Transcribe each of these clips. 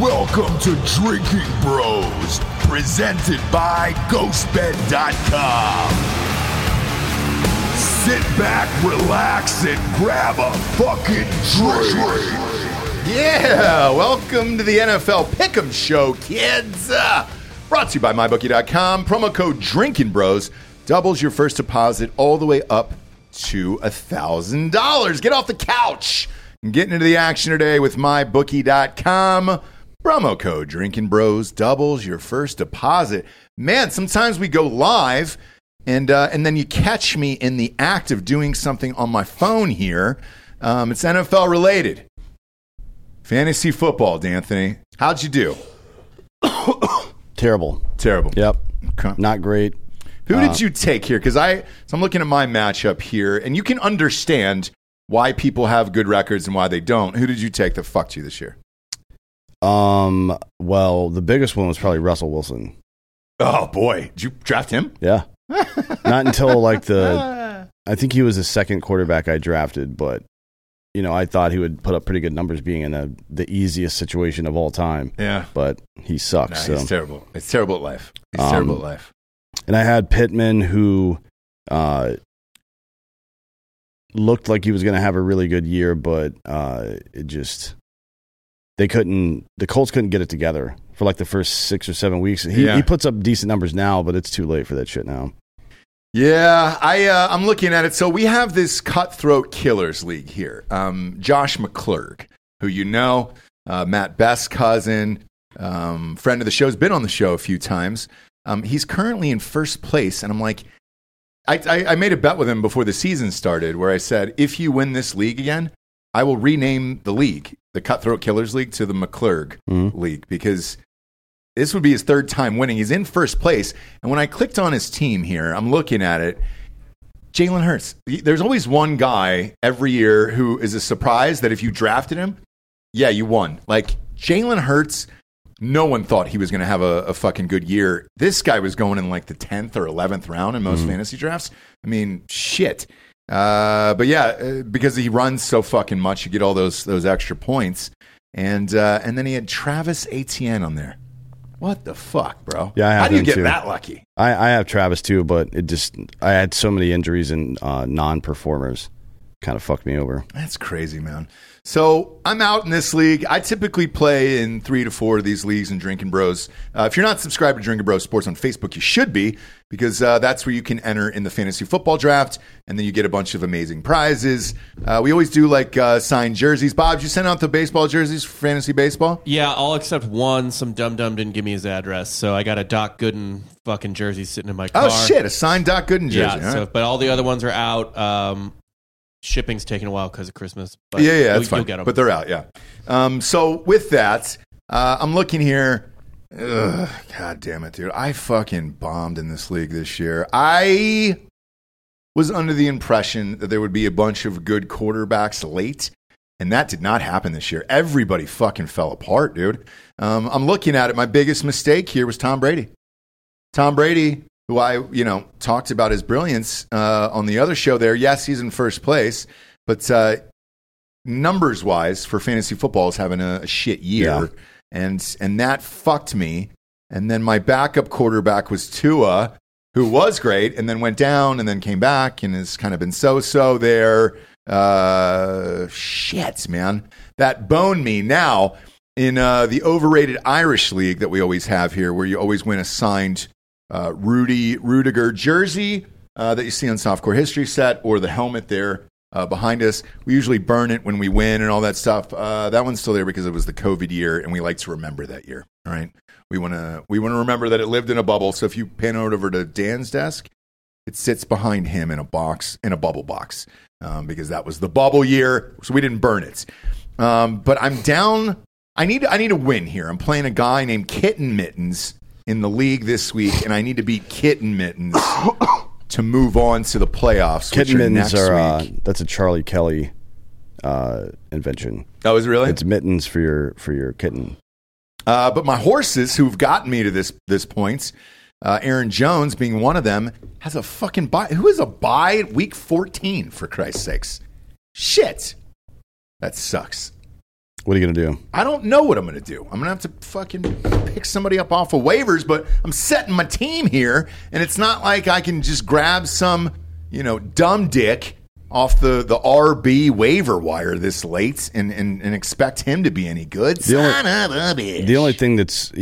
Welcome to Drinking Bros, presented by GhostBed.com. Sit back, relax, and grab a fucking drink. Yeah, welcome to the NFL Pick'em Show, kids. Uh, brought to you by MyBookie.com. Promo code Drinking Bros doubles your first deposit all the way up to a thousand dollars. Get off the couch and get into the action today with MyBookie.com. Promo code Drinking Bros doubles your first deposit. Man, sometimes we go live. And, uh, and then you catch me in the act of doing something on my phone here. Um, it's NFL related. Fantasy football, D'Anthony. How'd you do? Terrible. Terrible. Yep. Okay. Not great. Who Uh. did you take here? Because I, so I'm looking at my matchup here, and you can understand why people have good records and why they don't. Who did you take that fucked you this year? Um. Well, the biggest one was probably Russell Wilson. Oh boy, did you draft him? Yeah. Not until like the, I think he was the second quarterback I drafted, but you know I thought he would put up pretty good numbers being in a, the easiest situation of all time, Yeah. but he Nah, sucks. He's so. terrible. It's terrible at life. He's Um, terrible at life. And I had Pittman who, uh, looked like he was going to have a really good year, but uh, it just they couldn't. The Colts couldn't get it together for like the first six or seven weeks. He, Yeah. he puts up decent numbers now, but it's too late for that shit now. Yeah, I uh, I'm looking at it. So we have this cutthroat killers league here. Um, Josh McClurg, who you know, uh, Matt Best's cousin, um, friend of the show, has been on the show a few times. Um, he's currently in first place, and I'm like, I, I, I made a bet with him before the season started, where I said, if you win this league again, I will rename the league, the Cutthroat Killers League, to the McClurg League because this would be his third time winning. He's in first place. And when I clicked on his team here, I'm looking at it. Jalen Hurts. There's always one guy every year who is a surprise that if you drafted him, yeah, you won. Like Jalen Hurts, no one thought he was going to have a, a fucking good year. This guy was going in like the 10th or 11th round in most Mm-hmm. fantasy drafts. I mean, shit. Uh, but yeah, uh, because he runs so fucking much, you get all those those extra points. And uh, and then he had Travis Etienne on there. What the fuck, bro? Yeah, I had how do you him get too. that lucky? I, I have Travis too, but it just I had so many injuries and uh, non-performers, kind of fucked me over. That's crazy, man. So I'm out in this league. I typically play in three to four of these leagues in Drinking Bros. Uh, if you're not subscribed to Drinking Bros Sports on Facebook, you should be because uh, that's where you can enter in the fantasy football draft, and then you get a bunch of amazing prizes. Uh, we always do like uh, signed jerseys. Bob, did you send out the baseball jerseys for fantasy baseball? Yeah, I'll accept one. Some dum dum didn't give me his address, so I got a Doc Gooden fucking jersey sitting in my car. Oh shit, a signed Doc Gooden jersey. Yeah, all so right. but all the other ones are out. Um, shipping's taking a while because of Christmas. But yeah, yeah, you'll- that's fine. You'll get 'em. But they're out, yeah. Um, so with that, uh, I'm looking here. Ugh, God damn it, dude! I fucking bombed in this league this year. I was under the impression that there would be a bunch of good quarterbacks late, and that did not happen this year. Everybody fucking fell apart, dude. Um, I'm looking at it. My biggest mistake here was Tom Brady. Tom Brady, who I you know talked about his brilliance uh, on the other show. There, yes, he's in first place, but uh, numbers wise for fantasy football is having a, a shit year, Yeah. and and that fucked me. And then my backup quarterback was Tua, who was great, and then went down, and then came back, and has kind of been so so there. Uh, shit, man, that boned me. Now in uh, the overrated Irish league that we always have here, where you always win a signed uh, Rudy Rudiger jersey uh, that you see on Softcore History Set or the helmet there uh, behind us. We usually burn it when we win and all that stuff. Uh, that one's still there because it was the COVID year, and we like to remember that year. All right, we want to we want to remember that it lived in a bubble. So if you pan it over to Dan's desk, it sits behind him in a box in a bubble box um, because that was the bubble year, so we didn't burn it. Um, but I'm down. I need I need a win here. I'm playing a guy named Kitten Mittens in the league this week, and I need to beat Kitten Mittens to move on to the playoffs. Kitten which mittens are, are next uh, week. that's a Charlie Kelly uh, invention. oh, is it really? It's mittens for your for your kitten. Uh, but my horses, who've gotten me to this this point, uh, Aaron Jones being one of them, has a fucking buy. Who is a buy at week fourteen? For Christ's sakes, shit, that sucks. What are you going to do? I don't know what I'm going to do. I'm going to have to fucking pick somebody up off of waivers, but I'm setting my team here, and it's not like I can just grab some, you know, dumb dick off the, the RB waiver wire this late and, and, and expect him to be any good. The only- Son of a bitch. The only thing that's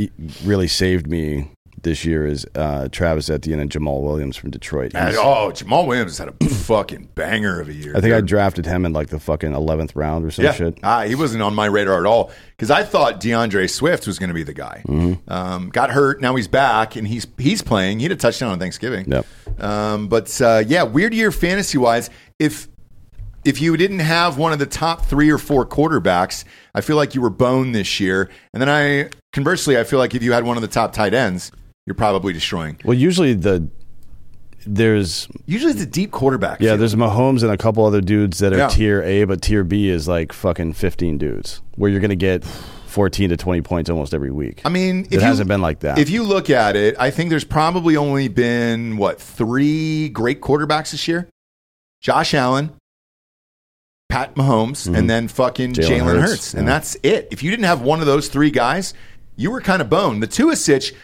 really saved me this year is uh, Travis Etienne and Jamal Williams from Detroit. And, He's- oh, Jamal Williams had a fucking banger of a year. I think I dude. drafted him in like the fucking eleventh round or some yeah. shit. Ah, he wasn't on my radar at all because I thought DeAndre Swift was going to be the guy. Mm-hmm. Um, got hurt. Now he's back and he's he's playing. He had a touchdown on Thanksgiving. Yep. Um, but uh, yeah, weird year fantasy wise. If if you didn't have one of the top three or four quarterbacks, I feel like you were boned this year. And then I conversely, I feel like if you had one of the top tight ends, you're probably destroying. Well, usually the there's Usually it's a deep quarterback. yeah field. there's Mahomes and a couple other dudes that are Yeah. tier A, but tier B is like fucking fifteen dudes where you're going to get fourteen to twenty points almost every week. I mean, it hasn't been like that. If you look at it, I think there's probably only been what three great quarterbacks this year: Josh Allen, Pat Mahomes, and then fucking Mm-hmm. Jalen Jalen Hurts, Hurts, and yeah. that's it. If you didn't have one of those three guys, you were kind of boned. The Tuasich,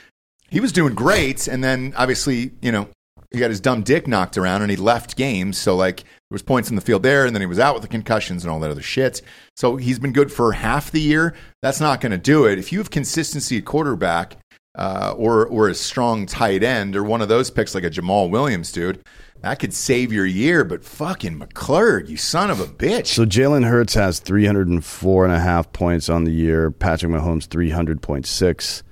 he was doing great, and then obviously, you know, he got his dumb dick knocked around and he left games. So like there was points in the field there, and then he was out with the concussions and all that other shit. So he's been good for half the year. That's not going to do it. If you have consistency at quarterback uh, or or a strong tight end or one of those picks like a Jamal Williams, dude, that could save your year. But fucking McClurg, you son of a bitch. So Jalen Hurts has 304 and a half points on the year. Patrick Mahomes 300.6.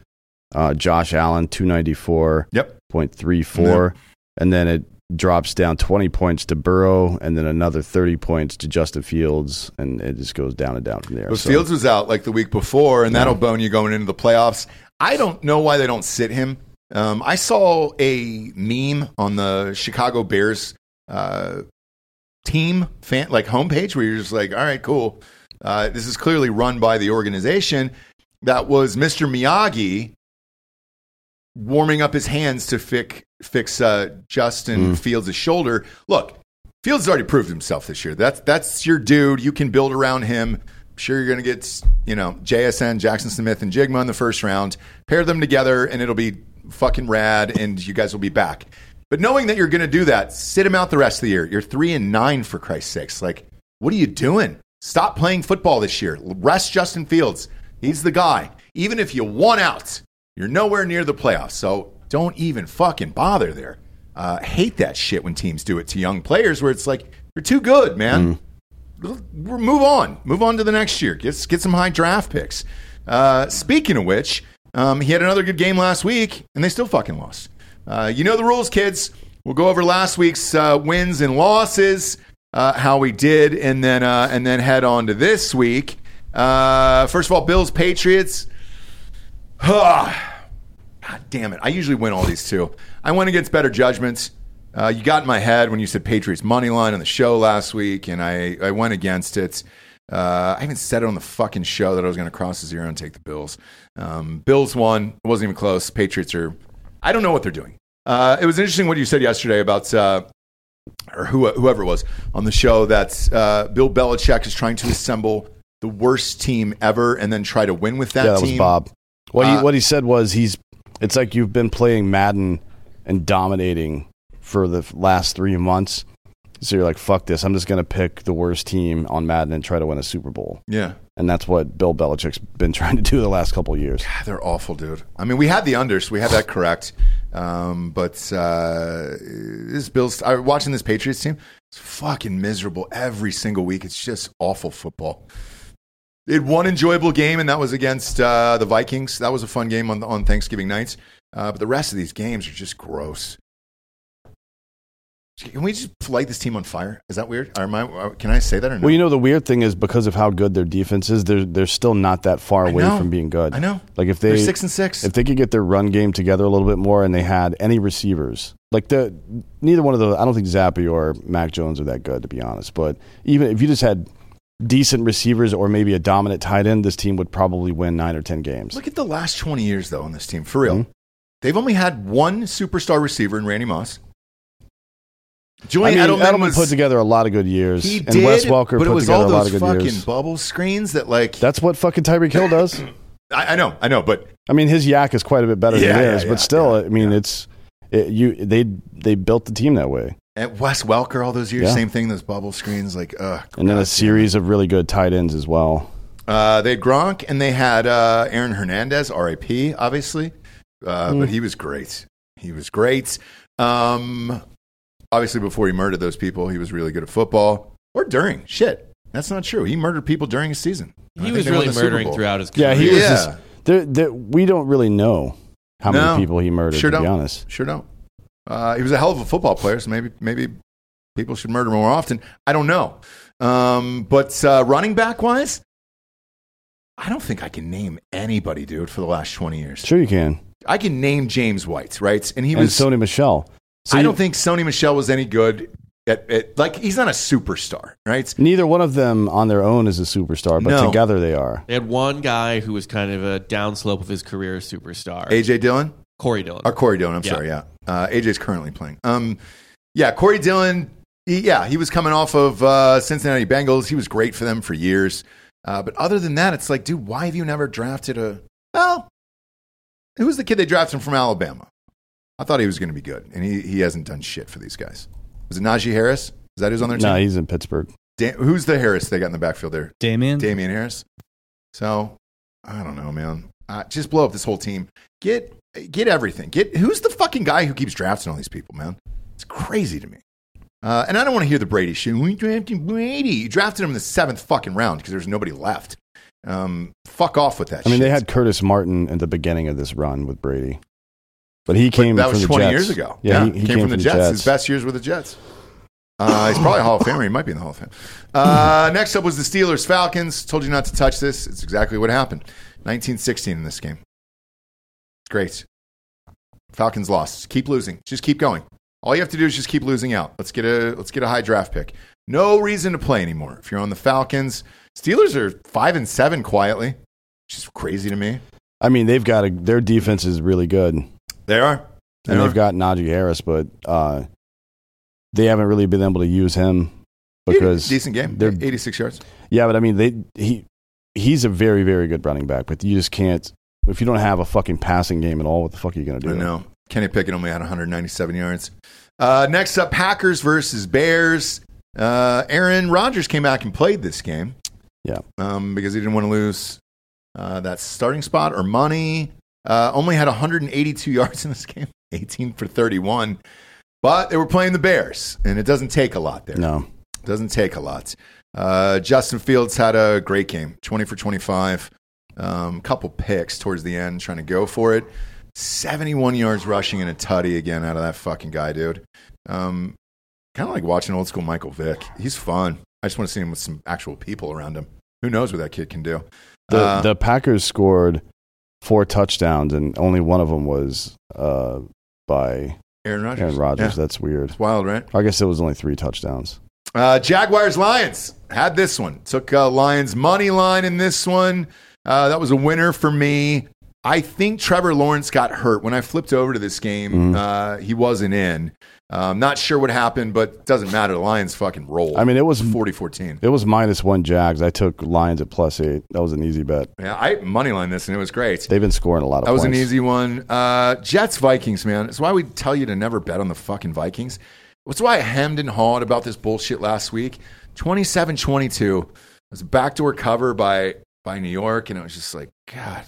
Uh, Josh Allen 294.34. yep. And then it drops down 20 points to Burrow and then another 30 points to Justin Fields. And it just goes down and down from there. But So- Fields was out like the week before, and that'll bone you going into the playoffs. I don't know why they don't sit him. Um, I saw a meme on the Chicago Bears uh, team fan like homepage where you're just like, all right, cool. Uh, this is clearly run by the organization. That was Mr. Miyagi warming up his hands to fix fix uh, Justin Fields' shoulder. Look, Fields has already proved himself this year. That's that's your dude. You can build around him. Sure, you're going to get you know JSN, Jackson Smith, and Jigma in the first round. Pair them together, and it'll be fucking rad. And you guys will be back. But knowing that you're going to do that, sit him out the rest of the year. You're three and nine for Christ's sakes. Like, what are you doing? Stop playing football this year. Rest Justin Fields. He's the guy. Even if you won out, you're nowhere near the playoffs, so don't even fucking bother there. Uh, hate that shit when teams do it to young players, where it's like you're too good, man. L- Move on, move on to the next year. Get get some high draft picks. Uh, speaking of which, um, he had another good game last week, and they still fucking lost. Uh, you know the rules, kids. We'll go over last week's uh, wins and losses, uh, how we did, and then uh, and then head on to this week. Uh, first of all, Bills Patriots. God damn it. I usually win all these too. I went against better judgments. Uh, you got in my head when you said Patriots money line on the show last week, and I, I went against it. Uh, I even said it on the fucking show that I was going to cross the zero and take the Bills. Um, Bills won. It wasn't even close. Patriots are, I don't know what they're doing. Uh, it was interesting what you said yesterday about uh, or who, whoever it was on the show that uh, Bill Belichick is trying to assemble the worst team ever and then try to win with that yeah, that team. was Bob. What, Uh, he, what he said was he's. It's like you've been playing Madden and dominating for the f- last three months. So you're like, fuck this. I'm just going to pick the worst team on Madden and try to win a Super Bowl. Yeah. And that's what Bill Belichick's been trying to do the last couple of years. God, Ah, They're awful, dude. I mean, we had the unders, we had that correct, um, but uh, this Bills. I watching this Patriots team. It's fucking miserable every single week. It's just awful football. They had one enjoyable game, and that was against uh, the Vikings. That was a fun game on on Thanksgiving nights. Uh, but the rest of these games are just gross. Can we just light this team on fire? Is that weird? Or am I, can I say that or no? Well, you know the weird thing is because of how good their defense is, they're they're still not that far away know. from being good. I know. Like if They're they six and six. if they could get their run game together a little bit more, and they had any receivers, like the neither one of those, I don't think Zappy or Mac Jones are that good to be honest. But even if you just had decent receivers or maybe a dominant tight end, this team would probably win nine or ten games. Look at the last 20 years, though, on this Mm-hmm. team, for real. They've only had one superstar receiver in Randy Moss. I Julian mean, Edelman, Edelman, was put together a lot of good years, he and did, Wes Walker but put it was together all a lot those of good fucking years. bubble screens that like That's what fucking Tyreek Hill does. I, I know, I know, but I mean, his yak is quite a bit better Yeah, than yeah, theirs, yeah, but still, I mean, it's it, you. They they built the team that way, at uh, Wes Welker all those years, Yeah. same thing. Those bubble screens, like ugh. and then a series of really good tight ends as well. Uh, they had Gronk and they had uh, Aaron Hernandez, RIP, obviously, uh, Hmm. but he was great. He was great. Um, obviously, before he murdered those people, he was really good at football or during. Shit, that's not true. He murdered people during his season. I He think was they won really the Super murdering Bowl. throughout his Yeah, career. he was. Yeah. Just, there there- we don't really know how No, many people he murdered. sure to be don't. honest, Sure don't. Uh, he was a hell of a football player, so maybe maybe people should murder more often. I don't know. Um, but uh, running back wise, I don't think I can name anybody, dude, for the last twenty years. sure you can. I can name James White, right? And he and was. Sony Michelle. So I you- don't think Sony Michelle was any good at, at like he's not a superstar, right? neither one of them on their own is a superstar, but No. together they are. They had one guy who was kind of a downslope of his career superstar, AJ Dillon Corey Dillon. or Corey Dillon? I'm Yeah. sorry, yeah. Uh, AJ's currently playing. Um, yeah, Corey Dillon. He, yeah, he was coming off of uh, Cincinnati Bengals. He was great for them for years. Uh, but other than that, it's like, dude, why have you never drafted a? Well, who was the kid they drafted from Alabama? I thought he was going to be good, and he, he hasn't done shit for these guys. Was it Najee Harris? Is that who's on their team? No, he's in Pittsburgh. Da- who's the Harris they got in the backfield there? Damien. Damian Harris. So I don't know, man. Uh, just blow up this whole team. Get get everything. Get who's the fucking guy who keeps drafting all these people, man? It's crazy to me. Uh, and I don't want to hear the Brady shit. We drafted Brady. You drafted him in the seventh fucking round because there's nobody left. Um, fuck off with that. I mean, shit. they had Curtis Martin at the beginning of this run with Brady, but he But came that from was the 20 Jets. years ago. Yeah, he, he came, from the Jets. His best years were the Jets. Uh, he's probably a Hall of Famer. He might be in the Hall of Fame. Uh, next up was the Steelers Falcons. Told you not to touch this. It's exactly what happened. 1916 in this game. Great. Falcons lost. Keep losing. Just keep going. All you have to do is just keep losing out. Let's get a let's get a high draft pick. No reason to play anymore. If you're on the Falcons, Steelers are five and seven quietly, which is crazy to me. I mean, they've got a, their defense is really good, and They are. They are. they've got Najee Harris, but uh, they haven't really been able to use him because decent game. they're- 86 yards. yeah, but I mean, they he he's a very very good running back, but you just can't if you don't have a fucking passing game at all. What the fuck are you gonna do? I know. Kenny Pickett only had 197 yards. Uh, next up, Packers versus Bears. Uh, Aaron Rodgers came back and played this game. Yeah. Um, because he didn't want to lose uh, that starting spot or money. Uh, only had 182 yards in this game, 18 for 31. But they were playing the Bears, and it doesn't take a lot there. No, Doesn't take a lot. Uh, Justin Fields had a great game, 20 for 25. Um, couple picks towards the end, trying to go for it. 71 yards rushing and a tutty again out of that fucking guy, dude. Um, kind of like watching old school Michael Vick. He's fun. I just want to see him with some actual people around him. Who knows what that kid can do? the Uh, the Packers scored four touchdowns, and only one of them was uh, by Aaron Rodgers. Aaron Rodgers. Yeah. That's weird. It's wild, right? I guess it was only three touchdowns. Uh, Jaguars Lions had this one. Took uh, Lions money line in this one. Uh, that was a winner for me. I think Trevor Lawrence got hurt when I flipped over to this game. Mm. Uh, he wasn't in. Uh, I'm not sure what happened, but doesn't matter. The Lions fucking rolled. I mean, it was 40-14. it was minus one Jags. I took Lions at plus eight. That was an easy bet. Yeah, I money line this and it was great. They've been scoring a lot of. That was an points. easy one. Uh, Jets Vikings, man. It's why we tell you to never bet on the fucking Vikings. That's why I hemmed and hawed about this bullshit last week. 27 22. It was a backdoor cover by, by New York, and it was just like, God.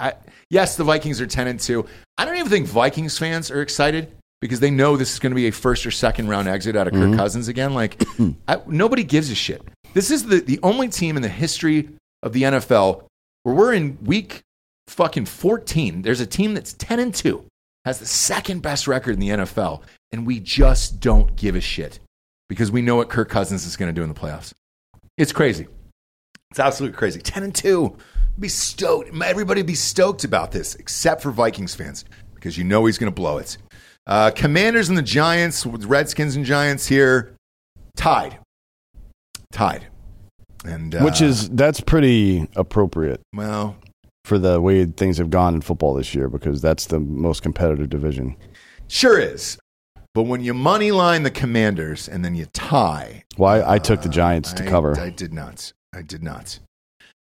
I, yes, the Vikings are 10 and 2. I don't even think Vikings fans are excited because they know this is going to be a first or second round exit out of Kirk Mm-hmm. Cousins again. Like, I, nobody gives a shit. This is the, the only team in the history of the NFL where we're in week fucking 14. There's a team that's 10 and 2, has the second best record in the NFL, and we just don't give a shit because we know what Kirk Cousins is going to do in the playoffs. It's crazy. It's absolutely crazy. 10 and 2. Be stoked. Everybody be stoked about this, except for Vikings fans, because you know he's going to blow it. Uh, Commanders and the Giants, with Redskins and Giants here, tied. Tied. And, uh, which is that's pretty appropriate well, for the way things have gone in football this year because that's the most competitive division. Sure is. But when you money line the Commanders and then you tie, Why I took the Giants to Uh, I- cover. I did not. I did not.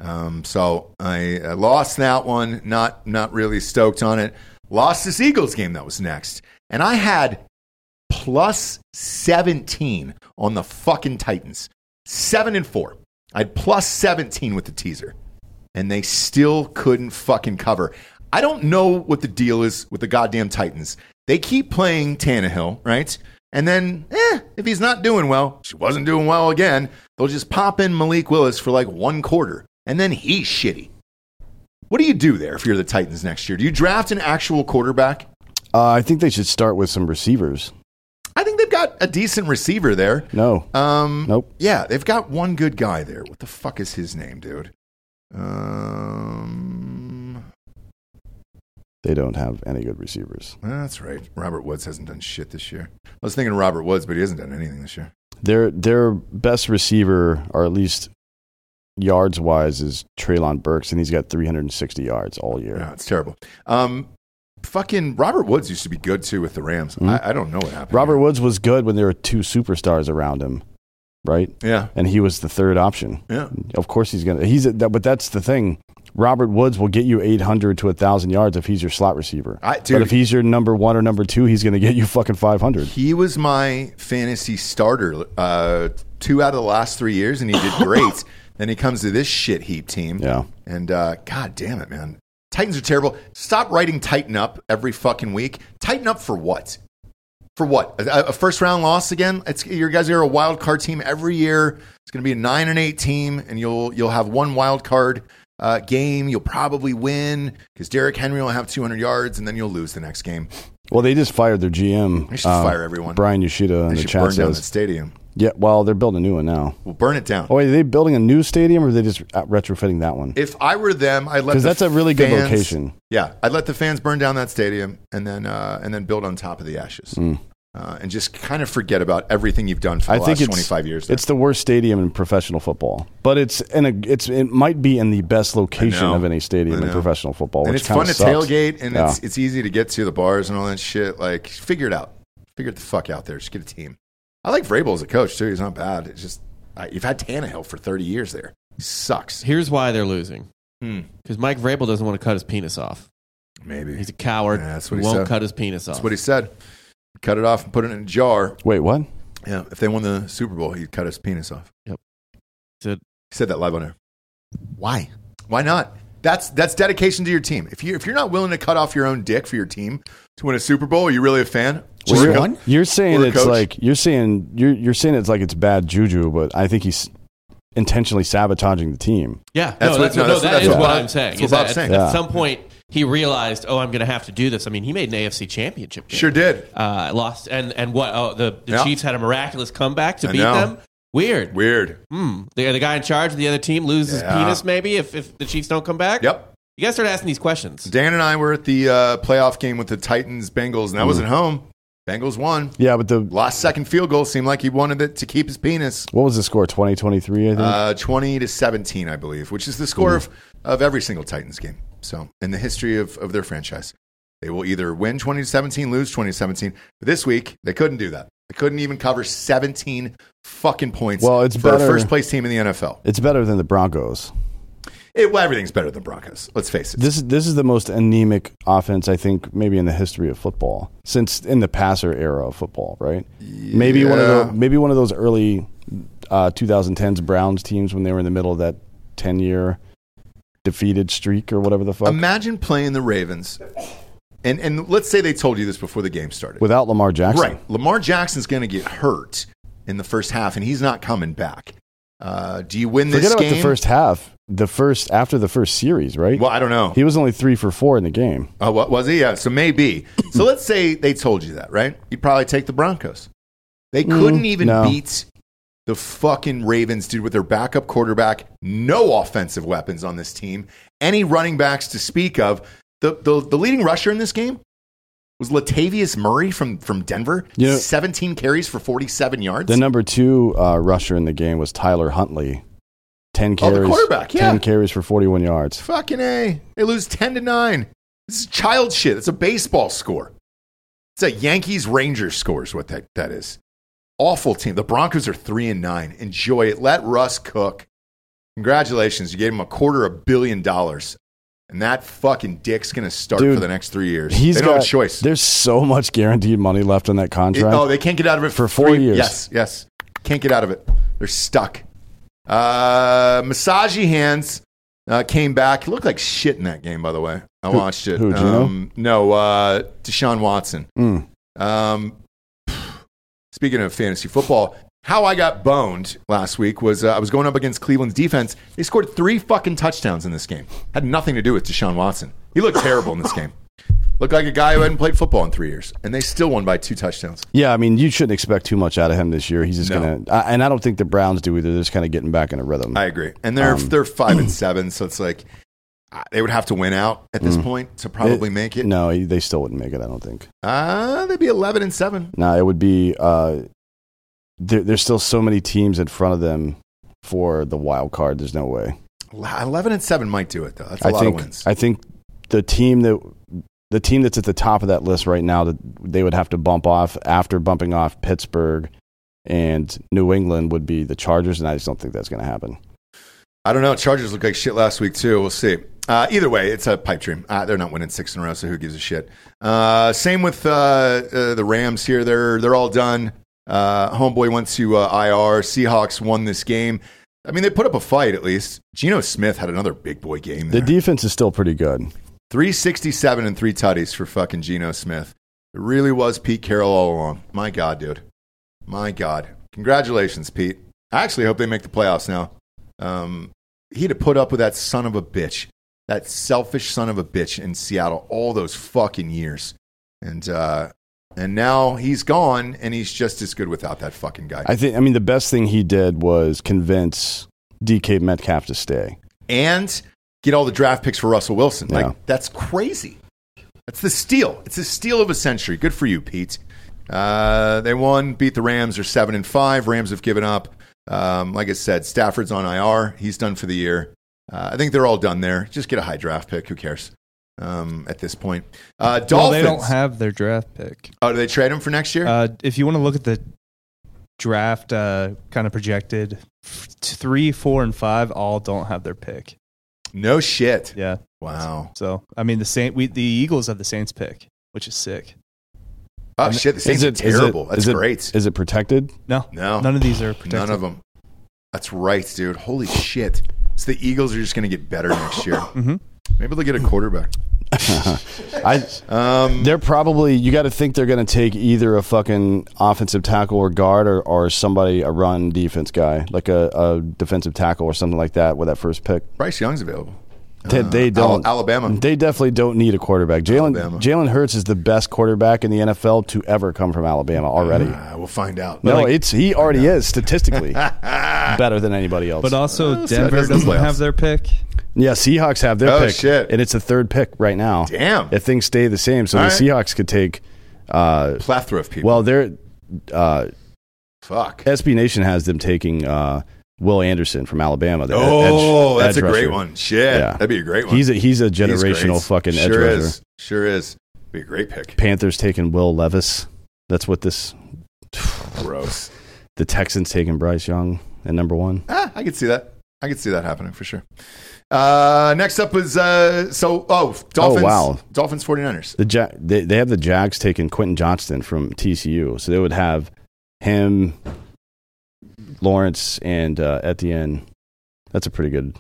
Um, so I, I lost that one. Not not really stoked on it. Lost this Eagles game that was next, and I had plus seventeen on the fucking Titans. Seven and four. I had plus seventeen with the teaser, and they still couldn't fucking cover. I don't know what the deal is with the goddamn Titans. They keep playing Tannehill, right? And then, eh, if he's not doing well, she wasn't doing well again, they'll just pop in Malik Willis for like one quarter, and then he's shitty. What do you do there if you're the Titans next year? Do you draft an actual quarterback? Uh, I think they should start with some receivers. I think they've got a decent receiver there. No, Um, Nope. Yeah, they've got one good guy there. What the fuck is his name, dude? Um, they don't have any good receivers. that's right. Robert Woods hasn't done shit this year. I was thinking Robert Woods, but he hasn't done anything this year. Their their best receiver, or at least yards wise, is Traylon Burks, and he's got 360 yards all year. Yeah, it's terrible. Um, fucking Robert Woods used to be good too with the Rams. I, I don't know what happened. Robert Woods was good when there were two superstars around him, right? Yeah, And he was the third option. yeah. Of course, he's gonna. He's a, that, but that's the thing. Robert Woods will get you 800 to 1,000 yards if he's your slot receiver. I- dude. but if he's your number one or number two, he's going to get you fucking 500. He was my fantasy starter uh, two out of the last three years, and he did great. then he comes to this shit heap team. Yeah. And uh, god damn it, man. Titans are terrible. Stop writing Titan up every fucking week. Tighten up for what? For what? A, a first round loss again? It's you guys are a wild card team every year. It's going to be a nine and eight team, and you'll you'll have one wild card uh, game. You'll probably win because Derrick Henry will have 200 yards, and then you'll lose the next game. Well, they just fired their GM. They should fire everyone. Brian Yoshida in They the should burn chat down the says, stadium. "Yeah, well, they're building a new one now. We'll burn it down. Oh, wait, are they building a new stadium or are they just uh, retrofitting that one? If I were them, I'd let 'Cause uh, the that's a really good fans- location. Yeah, I'd let the fans burn down that stadium and then uh, and then build on top of the ashes, uh, and just kind of forget about everything you've done for the Hmm. I last think it's twenty five years. It's the worst stadium in professional football, but it's in a it's it might be in the best location know. of any I stadium in know. professional football. and which it's fun kinda to sucks. tailgate, and Yeah. it's it's easy to get to the bars and all that shit. Like, figure it out, figure it the fuck out there. Just get a team. I like Vrabel as a coach too. He's not bad. It's just I, you've had Tannehill for thirty years there. He sucks. Here's why they're losing. Hmm. Because Mike Vrabel doesn't want to cut his penis off. Maybe He's a coward. Yeah, that's what he won't said. cut his penis off. that's what he said. Cut it off and put it in a jar. Wait, what? Yeah, if they won the Super Bowl, he'd cut his penis off. said. He said that live on air. Why? Why not? That's that's dedication to your team. If you if you're not willing to cut off your own dick for your team to win a Super Bowl, are you really a fan? Well, Or a you're, co- you're saying Or a it's coach. like you're saying you're you're saying it's like it's bad juju, but I think he's intentionally sabotaging the team. Yeah, That's no, what- that's, no, no, that's- that that's is what what, Bob- I'm saying. that's what is that Bob's at, saying. at Yeah. some point he realized, oh, I'm going to have to do this. I mean, he made an AFC Championship game. Sure did. uh, lost and and what? Oh, the, the Yeah. Chiefs had a miraculous comeback to I beat know. them. Weird. Weird. Hmm. The, the guy in charge of the other team loses Yeah. penis maybe if, if the Chiefs don't come back. Yep. You got to start asking these questions. Dan and I were at the uh, playoff game with the Titans Bengals, and that was at home. Bengals won. Yeah, but the Last second field goal seemed like he wanted it to keep his penis. what was the score? Twenty twenty three, I think. Uh, Twenty to seventeen, I believe, which is the score of, of every single Titans game. So in the history of, of their franchise, they will either win twenty to seventeen, lose twenty to seventeen. But this week they couldn't do that. They couldn't even cover seventeen fucking points. Well, it's for a better- first place team in the NFL. it's better than the Broncos. It, well, everything's better than Broncos. Let's face it. This this is the most anemic offense I think maybe in the history of football since in the passer era of football, right? Maybe one of Yeah. the, maybe one of those early uh, 2010s Browns teams when they were in the middle of that 10 year defeated streak or whatever the fuck Imagine playing the Ravens, and and let's say they told you this before the game started. without Lamar Jackson. Right. Lamar Jackson's going to get hurt in the first half, and he's not coming back. Uh, do you win this Forget about game? the first half. The first after the first series, right? Well, I don't know. he was only three for four in the game. Oh, what was he? Yeah. So maybe. so let's say they told you that, right? You'd probably take the Broncos. They couldn't even Mm, no. beat the fucking Ravens, dude, with their backup quarterback, no offensive weapons on this team, any running backs to speak of. The, the, the leading rusher in this game was Latavius Murray from, from Denver. You know- 17 carries for 47 yards. The number two uh, rusher in the game was Tyler Huntley. Ten Oh, the carries, quarterback, yeah. ten carries for forty-one yards. Fucking A. They lose 10 to 9. This is child shit. It's a baseball score. It's a Yankees Rangers score is what that, that is. Awful team. The Broncos are three and nine. Enjoy it. Let Russ cook. Congratulations. You gave him a quarter of a billion dollars. And that fucking dick's gonna start Dude, for the next three years. He's they don't got have a choice. There's so much guaranteed money left on that It- oh. contract. no, they can't get out of it For four years. Yes, yes. Can't get out of it. They're stuck. Uh, Masagi Hands uh, came back. He looked like shit in that game, by the way. I watched it. who, Geno? um, no, uh, Deshaun Watson. Mm. Um, speaking of fantasy football, how I got boned last week was uh, I was going up against Cleveland's defense. They scored three fucking touchdowns in this game. Had nothing to do with Deshaun Watson. He looked terrible in this game. Looked like a guy who hadn't played football in three years, and they still won by two touchdowns. Yeah, I mean, you shouldn't expect too much out of him this year. He's just No. gonna, I, and I don't think the Browns do either. They're just kind of getting back in a rhythm. I agree, and they're Um, they're five and seven, so it's like uh, they would have to win out at Mm. this point to probably make it. no, they still wouldn't make it. I don't think. Uh, they'd be eleven and seven. No, it would be. Uh, there, there's still so many teams in front of them for the wild card. There's no way. L- Eleven and seven might do it though. That's a I lot think. of wins. I think the team that the team that's at the top of that list right now that they would have to bump off after bumping off Pittsburgh and New England would be the Chargers, and I just don't think that's going to happen. I don't know. Chargers look like shit last week too. We'll see. Uh, either way, it's a pipe dream. Uh, they're not winning six in a row, so who gives a shit? Uh, same with uh, uh, the Rams here. They're they're all done. Uh, homeboy went to uh, IR. Seahawks won this game. I mean, they put up a fight at least. Geno Smith had another big boy game. The There. defense is still pretty good. 367 and three tutties for fucking Geno Smith. It really was Pete Carroll all along. My God, dude. My God. Congratulations, Pete. I actually hope they make the playoffs now. Um, he'd have put up with that son of a bitch, that selfish son of a bitch in Seattle all those fucking years. And, uh, and now he's gone, and he's just as good without that fucking guy. I think. I mean, the best thing he did was convince DK Metcalf to stay. and get all the draft picks for Russell Wilson. Yeah. Like that's crazy. That's the steal. It's the steal of a century. Good for you, Pete. Uh, they won, beat the Rams. They're seven and five. Rams have given up. Um, like I said, Stafford's on IR. He's done for the year. Uh, I think they're all done there. Just get a high draft pick. Who cares? Um, at this point, uh, Dolphins. Well, they don't have their draft pick. oh, do they trade him for next year? Uh, if you want to look at the draft, uh, kind of projected, f- three, four, and five all don't have their pick. no shit. Yeah. Wow. So I mean, the Saint, we the Eagles have the Saints pick, which is sick. Oh shit. The Saints Is it- are is it- terrible. That's is it- great. Is it protected? No, No. none of these are protected. None of them. That's right, dude. Holy shit. So the Eagles are just going to get better next year. Maybe they'll get a quarterback. I. Um, They're probably. You got to think they're going to take either a fucking offensive tackle or guard, or, or somebody a run defense guy, like a, a defensive tackle or something like that, with that first pick. Bryce Young's available. They, they Uh, Al- don't. Alabama. They definitely don't need a quarterback. Jalen Alabama. Jalen Hurts is the best quarterback in the NFL to ever come from Alabama already. Ah, we'll find out. no, like- it's he already is statistically better than anybody else. But also, Uh, so Denver there's the doesn't playoffs. have their pick. yeah, Seahawks have their Oh, pick, shit. and it's the third pick right now. Damn. if things stay the same, so All the right. Seahawks could take. Uh, Plethora of people. well, they're uh, Fuck. SB Nation has them taking uh, Will Anderson from Alabama. the Oh, edge- that's a edge great rusher. one. Shit. Yeah. That'd be a great one. He's a, he's a He's great. generational fucking edge Sure rusher. is. Sure is. Be a great pick. Panthers taking Will Levis. That's what this. Gross. The Texans taking Bryce Young and number one. Ah, I could see that. I could see that happening for sure. Uh, next up was uh, so oh Dolphins. wow. Dolphins 49ers. The ja- they, they have the Jags taking Quentin Johnston from TCU, so they would have him, Lawrence, and uh, Etienne. That's a pretty good,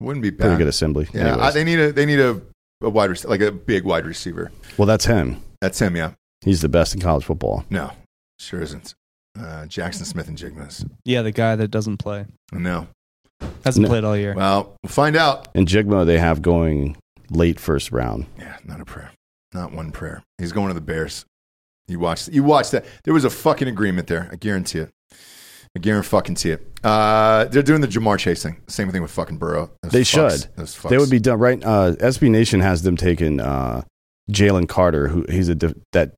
Wouldn't be pretty bad. good assembly. Yeah, I, Anyways. they need a they need a, a wide receiver, like a big wide receiver. well, that's him. That's him. Yeah, He's the best in college football. no, sure isn't. Uh, Jackson Smith and Jigmas. Yeah, the guy that doesn't play No. hasn't No. played all year. Well, we'll find out. And Jigmo, they have going late first round. Yeah, not a prayer, not one prayer. He's going to the Bears. You watched. You watched that. There was a fucking agreement there. I guarantee it. I guarantee fucking it. Uh, they're doing the Jamar Chase thing. Same thing with fucking Burrow. Those They fucks. should. Those fucks. They would be done right. Uh, SB Nation has them taking uh, Jalen Carter, who he's a def- that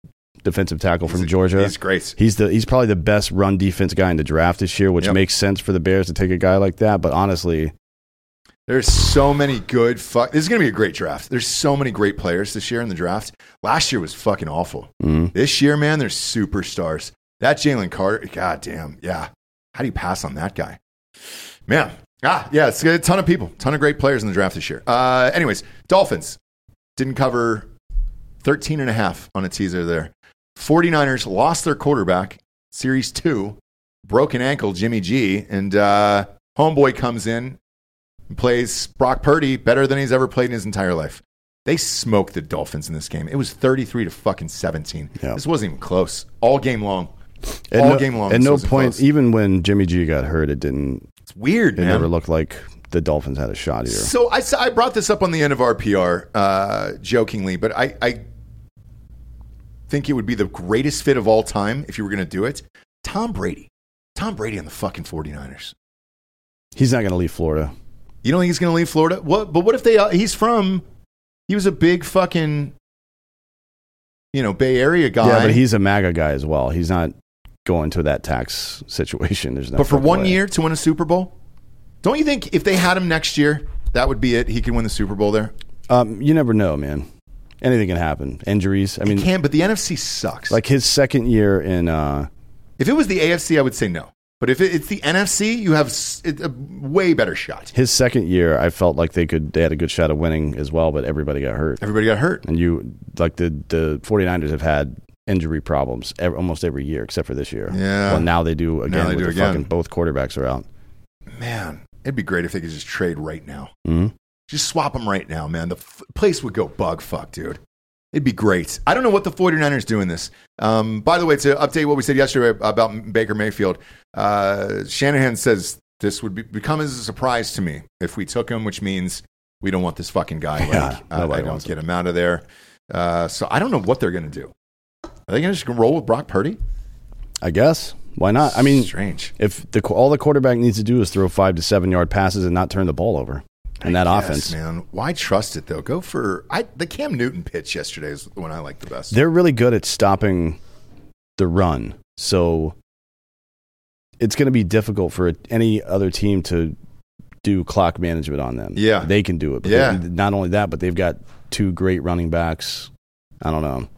defensive tackle He's from a- Georgia. He's great. He's the he's probably the best run defense guy in the draft this year, which Yep. makes sense for the Bears to take a guy like that. But honestly, There's so many good fuck. This is going to be a great draft. There's so many great players this year in the draft. Last year was fucking awful. Mhm. This year, man, there's superstars. That Jalen Carter, god damn, yeah. How do you pass on that guy, man? Ah, yeah, it's a ton of people, ton of great players in the draft this year. Uh, anyways, Dolphins didn't cover 13 and a half on a teaser there. 49ers lost their quarterback, series two, broken ankle, Jimmy G, and uh, homeboy comes in and plays Brock Purdy better than he's ever played in his entire life. They smoked the Dolphins in this game. It was 33 to fucking 17. Yeah. This wasn't even close. All game long. At All no, game long. At this no wasn't point, close. even when Jimmy G got hurt, it didn't. It's weird, It man. never looked like the Dolphins had a shot here. So I, s- I brought this up on the end of our PR, uh, jokingly, but I, I think it would be the greatest fit of all time if you were going to do it. Tom Brady. Tom Brady on the fucking 49ers. He's not going to leave Florida. You don't think he's going to leave Florida? What, but what if they, uh, he's from, he was a big fucking, you know, Bay Area guy. Yeah, but he's a MAGA guy as well. He's not going to that tax situation. There's no. But for fucking one way. year to win a Super Bowl, don't you think if they had him next year, that would be it? He could win the Super Bowl there? um, you never know, man. Anything can happen. Injuries. I I mean, mean, he can, but the NFC sucks. like his second year in. Uh, If it was the AFC, I would say no. But if it, it's the NFC, you have s- it, a way better shot. his second year, I felt like they could they had a good shot of winning as well, but everybody got hurt. Everybody got hurt. And you like the the 49ers have had injury problems ev almost every year except for this year. Yeah. Well, now they do again. they with do the again. Fucking both quarterbacks are out. Man, it'd be great if they could just trade right now. Mhm. Just swap them right now, man. The f- place would go bug fuck, dude. It'd be great. I don't know what the 49ers do in this. Um, by the way, to update what we said yesterday about Baker Mayfield, uh, Shanahan says this would be, become as a surprise to me if we took him, which means we don't want this fucking guy. Like, Yeah, I, nobody I don't wants get him out of there. Uh, so I don't know what they're going to do. Are they going to just roll with Brock Purdy? I guess. Why not? I mean, strange. if the qu- all the quarterback needs to do is throw 5 to 7 yard passes and not turn the ball over. And that Yes, offense. man. Why trust it though? Go for I, the Cam Newton pitch yesterday is the one I like the best. They're really good at stopping the run. So it's going to be difficult for any other team to do clock management on them. Yeah. They can do it. But Yeah. they- Not only that, but they've got two great running backs. I don't know.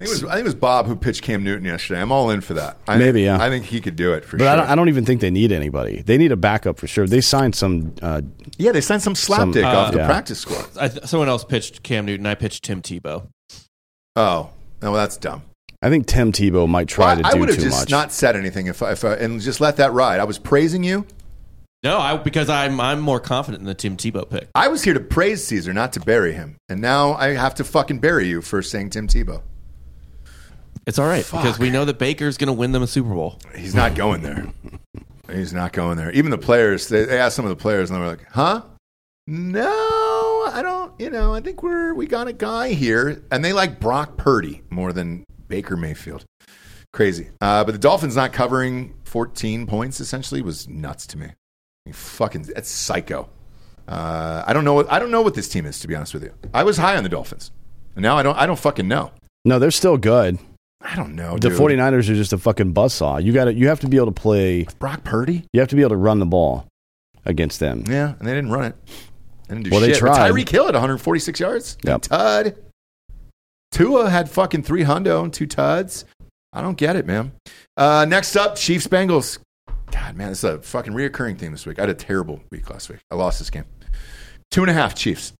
I think, it was, I think it was Bob who pitched Cam Newton yesterday. I'm all in for that. I, Maybe, yeah. I think he could do it for But sure. I, don't, I don't even think they need anybody. They need a backup for sure. They signed some. Uh, yeah, they sent some slapdick dick Some- off uh, the yeah. practice squad. I th- someone else pitched Cam Newton. I pitched Tim Tebow. Oh, no, that's dumb. I think Tim Tebow might try Well, to I, do would have too just much. not said anything if, I- if I, and just let that ride. I was praising you. No, I because I'm I'm more confident in the Tim Tebow pick. I was here to praise Caesar, not to bury him. And now I have to fucking bury you for saying Tim Tebow. It's all right Fuck. because we know that Baker's going to win them a Super Bowl. He's not going there. He's not going there. Even the players, they, they asked some of the players, and they were like, "Huh? No, I don't. You know, I think we're we got a guy here." And they like Brock Purdy more than Baker Mayfield. Crazy. Uh, but the Dolphins not covering 14 points essentially was nuts to me. I mean, fucking, that's psycho. Uh, I don't know. What, I don't know what this team is to be honest with you. I was high on the Dolphins, and now I don't. I don't fucking know. no, they're still good. I don't know. The Oh, dude. 49ers are just a fucking buzzsaw. You got to You have to be able to play. Brock Purdy. You have to be able to run the ball against them. Yeah, and they didn't run it. They didn't do Well, they shit. But tried. Tyreek Hill at 146 yards. Yep. Tud. Tua had fucking three hundo and two tuds. I don't get it, man. Uh, next up, Chiefs Bengals. God, man, this is a fucking reoccurring theme this week. I had a terrible week last week. I lost this game. Two and a half Chiefs.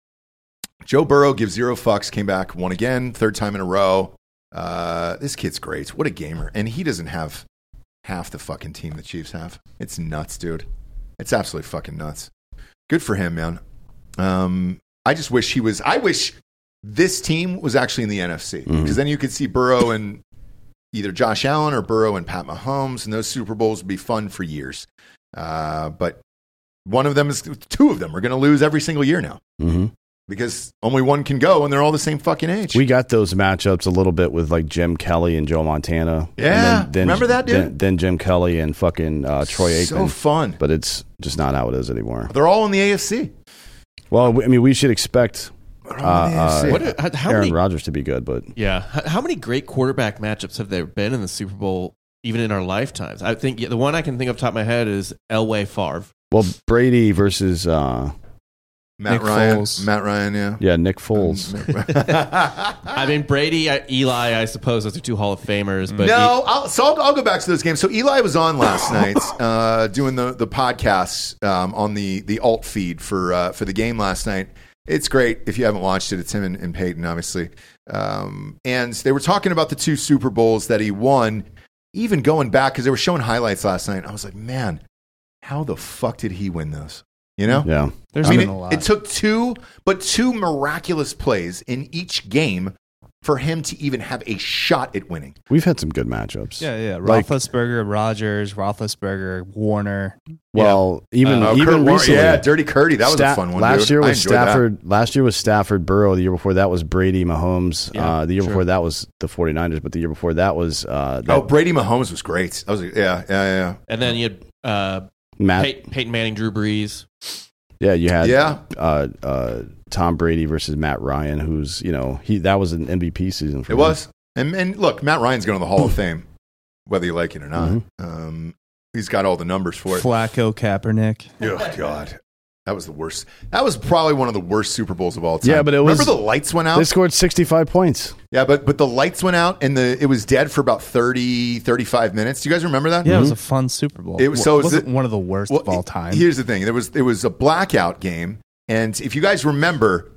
Joe Burrow gives zero fucks, came back, won again, third time in a row. Uh, this kid's great. What a gamer. And he doesn't have half the fucking team the Chiefs have. It's nuts, dude. It's absolutely fucking nuts. Good for him, man. Um, I just wish he was. I wish this team was actually in the NFC Mm-hmm. because then you could see Burrow and either Josh Allen or Burrow and Pat Mahomes, and those Super Bowls would be fun for years. Uh, but one of them is two of them are going to lose every single year now hmm because only one can go, and they're all the same fucking age. We got those matchups a little bit with like Jim Kelly and Joe Montana. And Yeah. Remember that, dude? Then, then Jim Kelly and fucking uh, Troy Aikman. so fun. but it's just not how it is anymore. They're all in the AFC. Well, we- I mean, we should expect They're all in the Uh, uh, AFC. What? How, how Aaron many? Rodgers to be good, but Yeah. How, how many great quarterback matchups have there been in the Super Bowl, even in our lifetimes? I think yeah, the one I can think of top of my head is Elway Favre. well, Brady versus uh, Matt Nick Ryan. Foles. Matt Ryan, yeah. Yeah, Nick Foles. Ah. I mean, Brady, uh, Eli, I suppose those are two Hall of Famers, but he- no, I'll, so I'll, I'll go back to those games. So Eli was on last night uh, doing the the podcasts um, on the the alt feed for uh, for the game last night. It's great if you haven't watched it. It's him and, and Peyton, obviously. Um, and they were talking about the two Super Bowls that he won. Even going back because they were showing highlights last night, I was like, man, how the fuck did he win those? You know? Yeah. There's I mean, been a it, lot. it took two, but two miraculous plays in each game for him to even have a shot at winning. We've had some good matchups. yeah, yeah. Like- Roethlisberger, Rogers, Roethlisberger, Warner. Well, even Uh, Kurt even Warner- recently, yeah, Dirty Curdy, that was Sta- a fun one. Last dude. year I was enjoyed that. Stafford. Last year was Stafford Burrow. The year before that was Brady Mahomes. uh, the year sure. before that was the 49ers. But the year before that was uh, that Oh, Brady Mahomes was great. That was a- yeah, yeah, yeah, and then you had uh, Matt. Pey- Peyton Manning, Drew Brees. Yeah, you yeah. had yeah. uh, uh, Tom Brady versus Matt Ryan, who's you know he that was an MVP season. For It him. was. And, and look, Matt Ryan's going to the Hall of Fame, whether you like it or not. Mhm. Um, he's got all the numbers for it. Flacco, Kaepernick. oh God, that was the worst. That was probably one of the worst Super Bowls of all time. Yeah, but it was- remember the lights went out. They scored 65 points. Yeah, but but the lights went out and the it was dead for about 30, 35 minutes. Do you guys remember that? Yeah, it was a fun Super Bowl. Mm-hmm. It was- so is wasn't it- one of the worst Well, of all time. Here's the thing: there was it was a blackout game, and if you guys remember,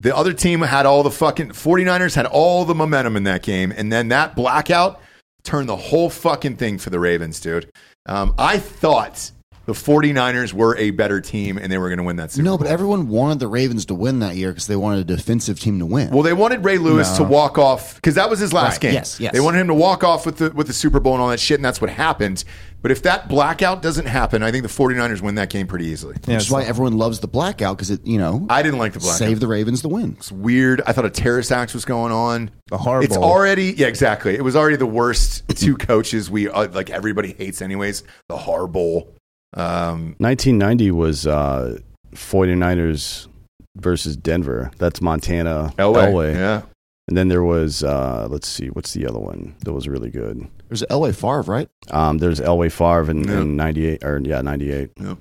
the other team had all the fucking 49ers had all the momentum in that game, and then that blackout turned the whole fucking thing for the Ravens, dude. Um, I thought the 49ers were a better team and they were going to win that Super No, Bowl. but everyone wanted the Ravens to win that year because they wanted a defensive team to win. Well, they wanted Ray Lewis to walk off because that was his last Right, game. yes, yes. They wanted him to walk off with the with the Super Bowl and all that shit, and that's what happened. But if that blackout doesn't happen, I think the 49ers win that game pretty easily. Yeah, which is it's- why everyone loves the blackout because it, you know, I didn't like the blackout. saved the Ravens to win. It's weird. I thought a terrorist act was going on. The horrible. It's already yeah, exactly. It was already the worst two coaches we uh, like. Everybody hates anyways. The horrible. Um, 1990 was uh, 49ers versus Denver. That's Montana Elway. Elway. Yeah. And then there was uh, let's see, what's the other one that was really good? There's Elway Favre, right? Um, there's Elway Favre in, Yeah. in 98 or yeah, 98. Yeah.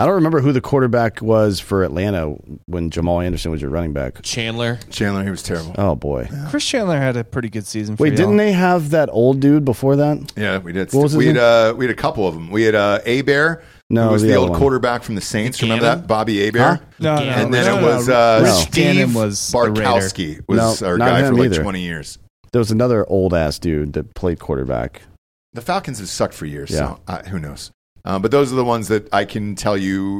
I don't remember who the quarterback was for Atlanta when Jamal Anderson was your running back. Chandler, Chandler, he was terrible. Oh boy. Chris Chandler had a pretty good season. For Wait, y'all. didn't they have that old dude before that? Yeah, we did. What was his we had name? uh, we had a couple of them. We had uh, A Bear, No, who was the the, other old one. quarterback from the Saints. Remember Gannon? that, Bobby A Bear? Huh? No, no, Gannon. And then no, it no, was no. uh, Rich Steve Gannon was the Raider. Barkowski was No, our not guy him for like either. 20 years. There was another old ass dude that played quarterback. The Falcons have sucked for years, Yeah. so uh, who knows? Um, but those are the ones that I can tell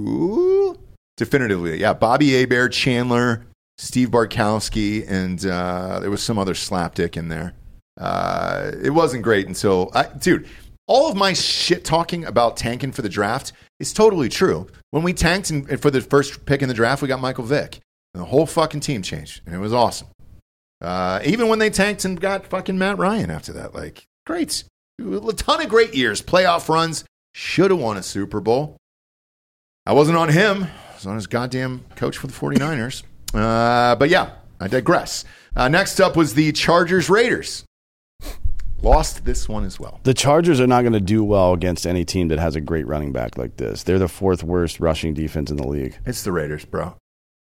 you definitively. Yeah, Bobby A Bear, Chandler, Steve Barkowski, and uh, there was some other slapdick in there. Uh, it wasn't great until, I, dude. All of my shit talking about tanking for the draft is totally true. When we tanked and, and for the first pick in the draft, we got Michael Vick, and the whole fucking team changed, and it was awesome. Uh, even when they tanked and got fucking Matt Ryan after that, like great, a ton of great years, playoff runs, should have won a Super Bowl. I wasn't on him. I was on his goddamn coach for the 49ers. Uh, but yeah, I digress. Uh, next up was the Chargers Raiders. Lost this one as well. The Chargers are not going to do well against any team that has a great running back like this. They're the fourth worst rushing defense in the league. It's the Raiders, bro.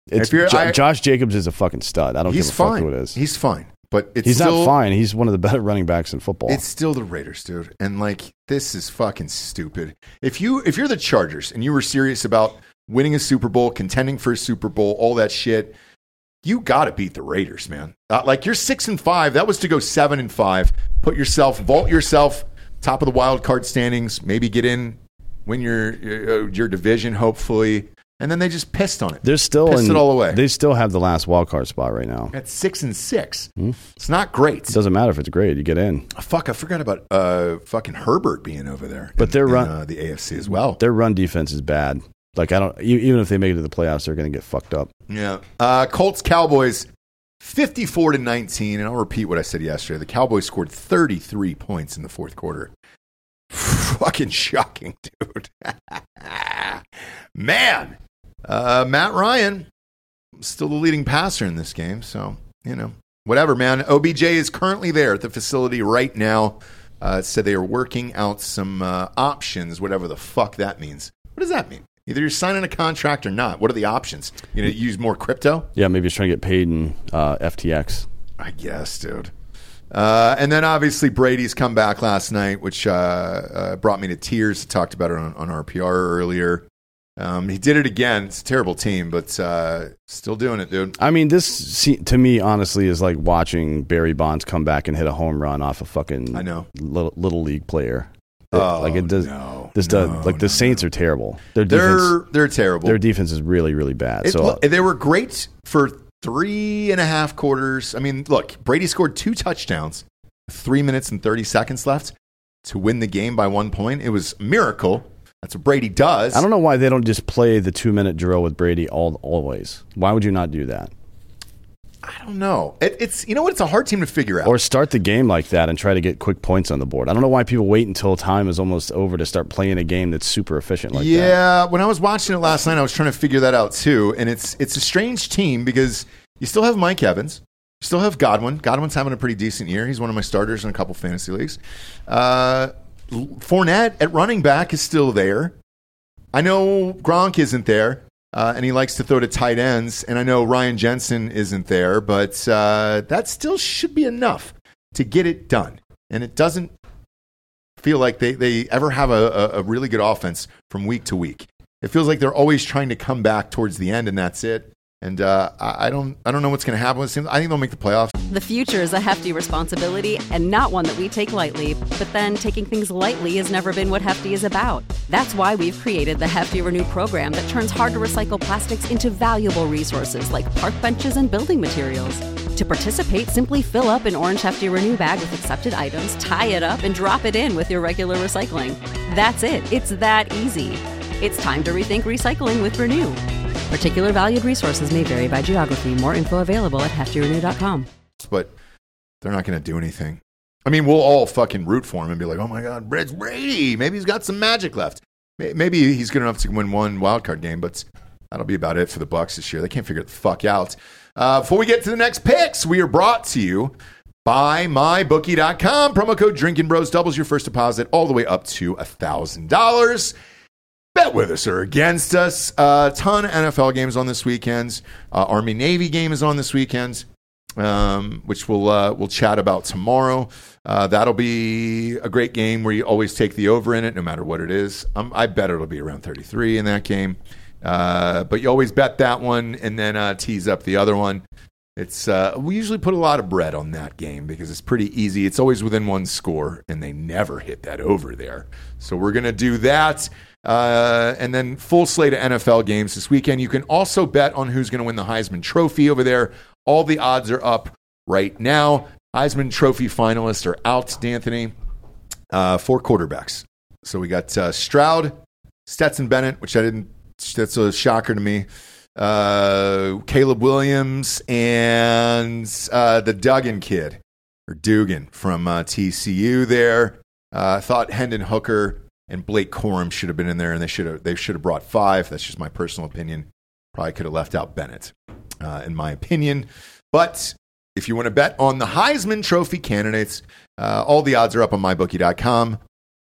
It's If you're- Jo- I- Josh Jacobs is a fucking stud. I don't He's give a fuck fine. who it is. He's fine. But it's He's still- not fine. He's one of the better running backs in football. It's still the Raiders, dude. And like this is fucking stupid. If you if you're the Chargers and you were serious about winning a Super Bowl, contending for a Super Bowl, all that shit, you got to beat the Raiders, man. Uh, like you're 6 and 5, that was to go 7 and 5. Put yourself vault yourself top of the wild card standings, maybe get in win your your, your division hopefully. And then they just pissed on it. They're still pissed it in, all away. They still have the last wild card spot right now. at 6 and 6. It's not great. It doesn't matter if it's great. You get in. Oh, Fuck, I forgot about uh, fucking Herbert being over there. But in- they're in, run- uh, the AFC as well. Their run defense is bad. Like I don't. e- Even if they make it to the playoffs, they're going to get fucked up. Yeah. Uh, Colts Cowboys 54 to 19 and I'll repeat what I said yesterday. The Cowboys scored 33 points in the fourth quarter. Fucking shocking, dude. Man. Uh, Matt Ryan still the leading passer in this game, so, you know, whatever, man. OBJ is currently there at the facility right now. Uh, said they are working out some uh, options, whatever the fuck that means. What does that mean? Either you're signing a contract or not. What are the options? You know, use more crypto. Yeah, maybe he's trying to get paid in uh, FTX. I guess, dude. Uh, and then obviously Brady's comeback last night, which uh, uh, brought me to tears. Talked about it on, on RPR earlier. Um, he did it again. It's a terrible team, but uh, still doing it, dude. I mean, this se- to me honestly is like watching Barry Bonds come back and hit a home run off a fucking I know. little, little league player. It- Oh, like it does. no, this no, does like the no, Saints are terrible. Their They're defense, they're terrible. their defense is really really bad. It- so uh, look, they were great for three and a half quarters. I mean, look, Brady scored two touchdowns, three minutes and 30 seconds left to win the game by one point. It was a miracle. That's what Brady does. I don't know why they don't just play the two minute drill with Brady all always. Why would you not do that? I don't know. It, it's, you know what? It's a hard team to figure out. Or start the game like that and try to get quick points on the board. I don't know why people wait until time is almost over to start playing a game that's super efficient like that. yeah, when I was watching it last night, I was trying to figure that out too. And it's it's a strange team because you still have Mike Evans, you still have Godwin. Godwin's having a pretty decent year. He's one of my starters in a couple fantasy leagues. Uh, Fournette at running back is still there. I know Gronk isn't there, uh, and he likes to throw to tight ends. And I know Ryan Jensen isn't there, but uh, that still should be enough to get it done. And it doesn't feel like they, they ever have a, a, a really good offense from week to week. It feels like they're always trying to come back towards the end, and that's it. And uh, I, I don't I don't know what's going to happen with this team. I think they'll make the playoffs. The future is a hefty responsibility and not one that we take lightly. But then taking things lightly has never been what Hefty is about. That's why we've created the Hefty Renew program that turns hard to recycle plastics into valuable resources like park benches and building materials. To participate, simply fill up an orange Hefty Renew bag with accepted items, tie it up, and drop it in with your regular recycling. That's it, it's that easy. It's time to rethink recycling with Renew. Particular valued resources may vary by geography. More info available at heftyrenew.com. but they're not going to do anything. I mean, we'll all fucking root for him and be like, "Oh my God, Brett's Brady! Maybe he's got some magic left. May- Maybe he's good enough to win one wild card game." But that'll be about it for the Bucks this year. They can't figure the fuck out. Uh, before we get to the next picks, we are brought to you by mybookie.com. Promo code Drinking Bros doubles your first deposit all the way up to thousand dollars bet with us or against us. A ton of NFL games on this weekend. Uh, Army Navy game is on this weekend, um, which we'll uh, we'll chat about tomorrow. Uh, that'll be a great game where you always take the over in it, no matter what it is. Um, I bet it'll be around 33 in that game, uh, but you always bet that one and then uh, tease up the other one. It's uh, we usually put a lot of bread on that game because it's pretty easy. It's always within one score, and they never hit that over there. So we're gonna do that, uh, and then full slate of NFL games this weekend. You can also bet on who's gonna win the Heisman Trophy over there. All the odds are up right now. Heisman Trophy finalists are out, D'Anthony. Uh, four quarterbacks. So we got uh, Stroud, Stetson Bennett, which I didn't. That's a shocker to me. Uh, Caleb Williams and uh, the Duggan kid or Dugan from uh, TCU. There, uh, I thought Hendon Hooker and Blake Corum should have been in there, and they should have they should have brought five. That's just my personal opinion. Probably could have left out Bennett, uh, in my opinion. But if you want to bet on the Heisman Trophy candidates, uh, all the odds are up on mybookie.com.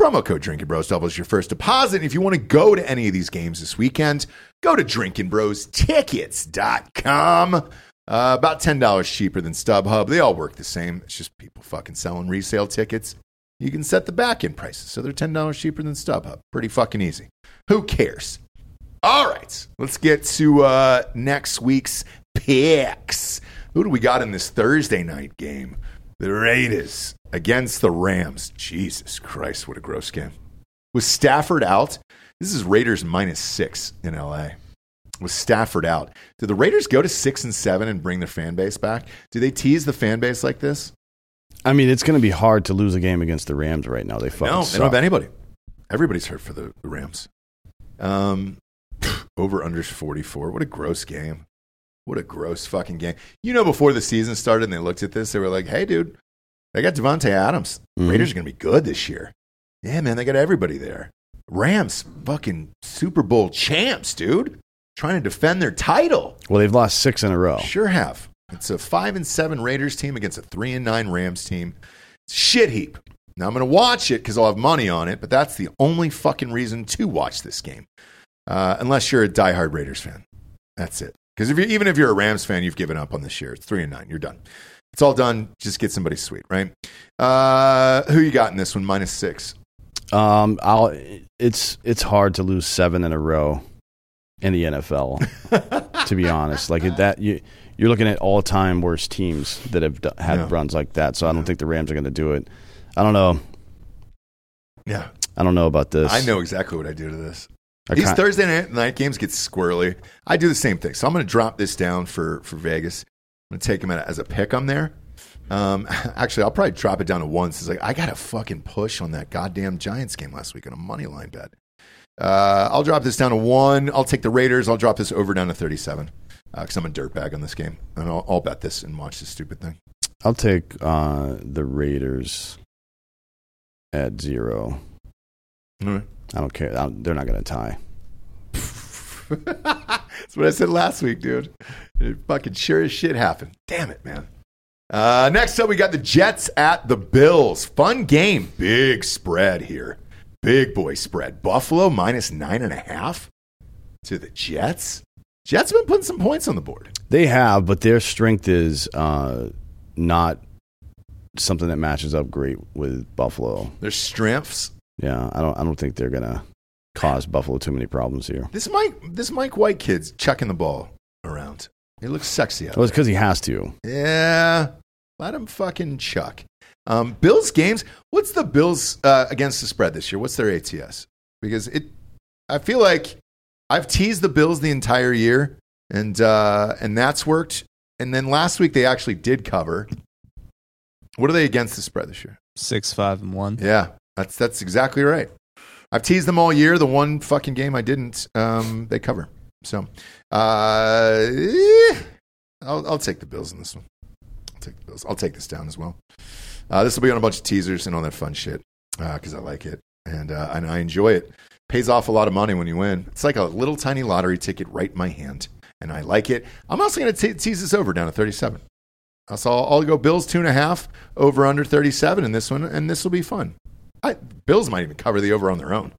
Promo code Drinking Bros doubles your first deposit. And if you want to go to any of these games this weekend, go to drinkingbrostickets.com. Uh, about $10 cheaper than StubHub. They all work the same. It's just people fucking selling resale tickets. You can set the back end prices, so they're $10 cheaper than StubHub. Pretty fucking easy. Who cares? All right, let's get to uh, next week's picks. Who do we got in this Thursday night game? The Raiders against the Rams. Jesus Christ, what a gross game. With Stafford out, this is Raiders minus six in LA. With Stafford out, do the Raiders go to six and seven and bring their fan base back? Do they tease the fan base like this? I mean, it's going to be hard to lose a game against the Rams right now. They fucking No, they don't suck. have anybody. Everybody's hurt for the, the Rams. Um, over unders 44. What a gross game. What a gross fucking game. You know, before the season started and they looked at this, they were like, hey, dude, they got Devontae Adams. Mhm. Raiders are going to be good this year. Yeah, man, they got everybody there. Rams, fucking Super Bowl champs, dude. Trying to defend their title. Well, they've lost six in a row. Sure have. It's a five and seven Raiders team against a three and nine Rams team. It's a shit heap. Now I'm going to watch it because I'll have money on it, but that's the only fucking reason to watch this game. uh, unless you're a diehard Raiders fan. That's it. Because if you even if you're a Rams fan, you've given up on this year. It's three and nine. You're done. It's all done. Just get somebody sweet, right? Uh, who you got in this one? Minus six. Um, I'll. It's it's hard to lose seven in a row in the NFL. to be honest, like that, you you're looking at all time worst teams that have d- had Yeah. runs like that. So I don't think the Rams are going to do it. I don't know. Yeah, I don't know about this. I know exactly what I do to this. I These can't- Thursday night, night games get squirrely. I do the same thing. So I'm going to drop this down for, for Vegas. I'm going to take them as a pick. I'm there. Um, actually, I'll probably drop it down to once. It's like, I got a fucking push on that goddamn Giants game last week on a money line bet. Uh, I'll drop this down to one. I'll take the Raiders. I'll drop this over down to 37 because I'm a dirtbag on this game. And I'll, I'll bet this and watch this stupid thing. I'll take uh, the Raiders at zero. All right. I don't care. I don't- they're not going to tie. That's what I said last week, dude. It fucking sure as shit happened. Damn it, man. Uh, next up, we got the Jets at the Bills. Fun game. Big spread here. Big boy spread. Buffalo minus nine and a half to the Jets. Jets have been putting some points on the board. They have, but their strength is uh, not something that matches up great with Buffalo. Their strengths. Yeah, I don't. I don't think they're going to cause Buffalo too many problems here. This Mike, this Mike White kid's chucking the ball around. He looks sexy out Well, it's because he has to. Yeah, let him fucking chuck. Um, Bills games. What's the Bills uh, against the spread this year? What's their ATS? Because it, I feel like I've teased the Bills the entire year, and uh, and that's worked. And then last week they actually did cover. What are they against the spread this year? Six, five, and one. Yeah, that's that's exactly right. I've teased them all year. The one fucking game I didn't, um, they cover. So, uh, eh, I'll, I'll take the Bills in this one. I'll take the Bills. I'll take this down as well. Uh, this will be on a bunch of teasers and all that fun shit because I like it and uh, and I enjoy it. Pays off a lot of money when you win. It's like a little tiny lottery ticket right in my hand, and I like it. I'm also going to tease this over down to 37. Uh, So I'll, I'll go Bills two and a half over under 37 in this one, and this will be fun. I, Bills might even cover the over on their own.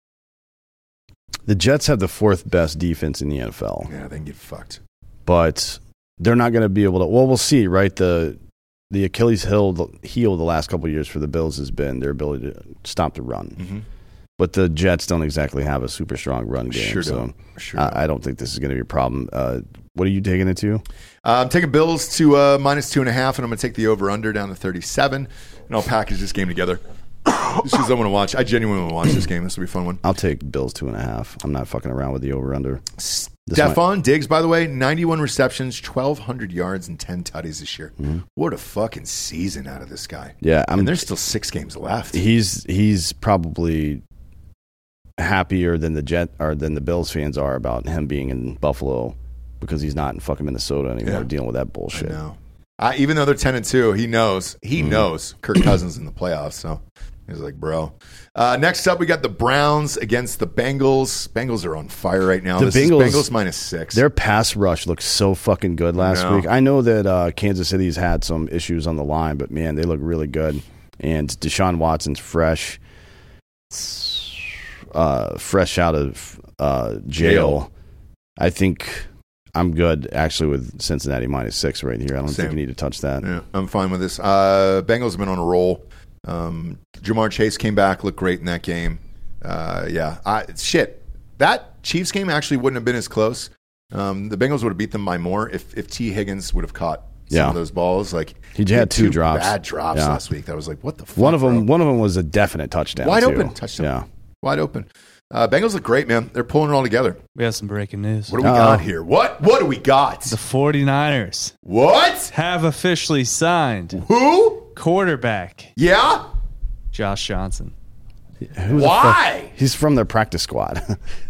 The Jets have the fourth best defense in the NFL, Yeah, they can get fucked. but they're not going to be able to. Well, we'll see, right? The the Achilles heel the, heel the last couple of years for the Bills has been their ability to stop the run, Mm-hmm. but the Jets don't exactly have a super strong run game. Sure so uh, don't. Sure. don't. I, I don't think this is going to be a problem. Uh, what are you taking it to? Uh, I'm taking Bills to uh, minus two and a half, and I'm going to take the over under down to 37, and I'll package this game together. this is I want to watch. I genuinely want to watch this game. This will be a fun one. I'll take Bills two and a half. I'm not fucking around with the over under. Stephon Diggs, by the way, 91 receptions, 1,200 yards, and 10 tutties this year. What a fucking season out of this guy. Yeah, I mean, Mm-hmm. I'm. there's still six games left. he's he's probably happier than the Jet or than the Bills fans are about him being in Buffalo because he's not in fucking Minnesota anymore Yeah. dealing with that I bullshit. Mm. know. I, even though they're ten and two, he knows. He knows Kirk Cousins in the playoffs. So he's like, bro. Uh, next up, we got the Browns against the Bengals. Bengals are on fire right now. The this is Bengals- Bengals minus six. Their pass rush looks so fucking good last know. week. I know that uh, Kansas City's had some issues on the line, but man, they look really good. And Deshaun Watson's fresh, uh, fresh out of uh, jail. Jail. I think I'm good actually with Cincinnati minus six right here. I don't Same. think we need to touch that. Yeah, I'm fine with this. Uh, Bengals have been on a roll. Um, Jamar Chase came back, looked great in that game. Uh, yeah, I, shit. That Chiefs game actually wouldn't have been as close. Um, the Bengals would have beat them by more if, if T. Higgins would have caught some Yeah. of those balls. Like He had two drops. bad drops Yeah. last week. That was like, what the fuck? One of bro? them, one of them was a definite touchdown. Wide too. open touchdown. Yeah. wide open. Uh, Bengals look great, man. They're pulling it all together. We have some breaking news. What do we Uh-oh. got here? What? What do we got? The 49ers What? have officially signed Who? quarterback Yeah. Josh Johnson. Who the Why? fuck- He's from their practice squad.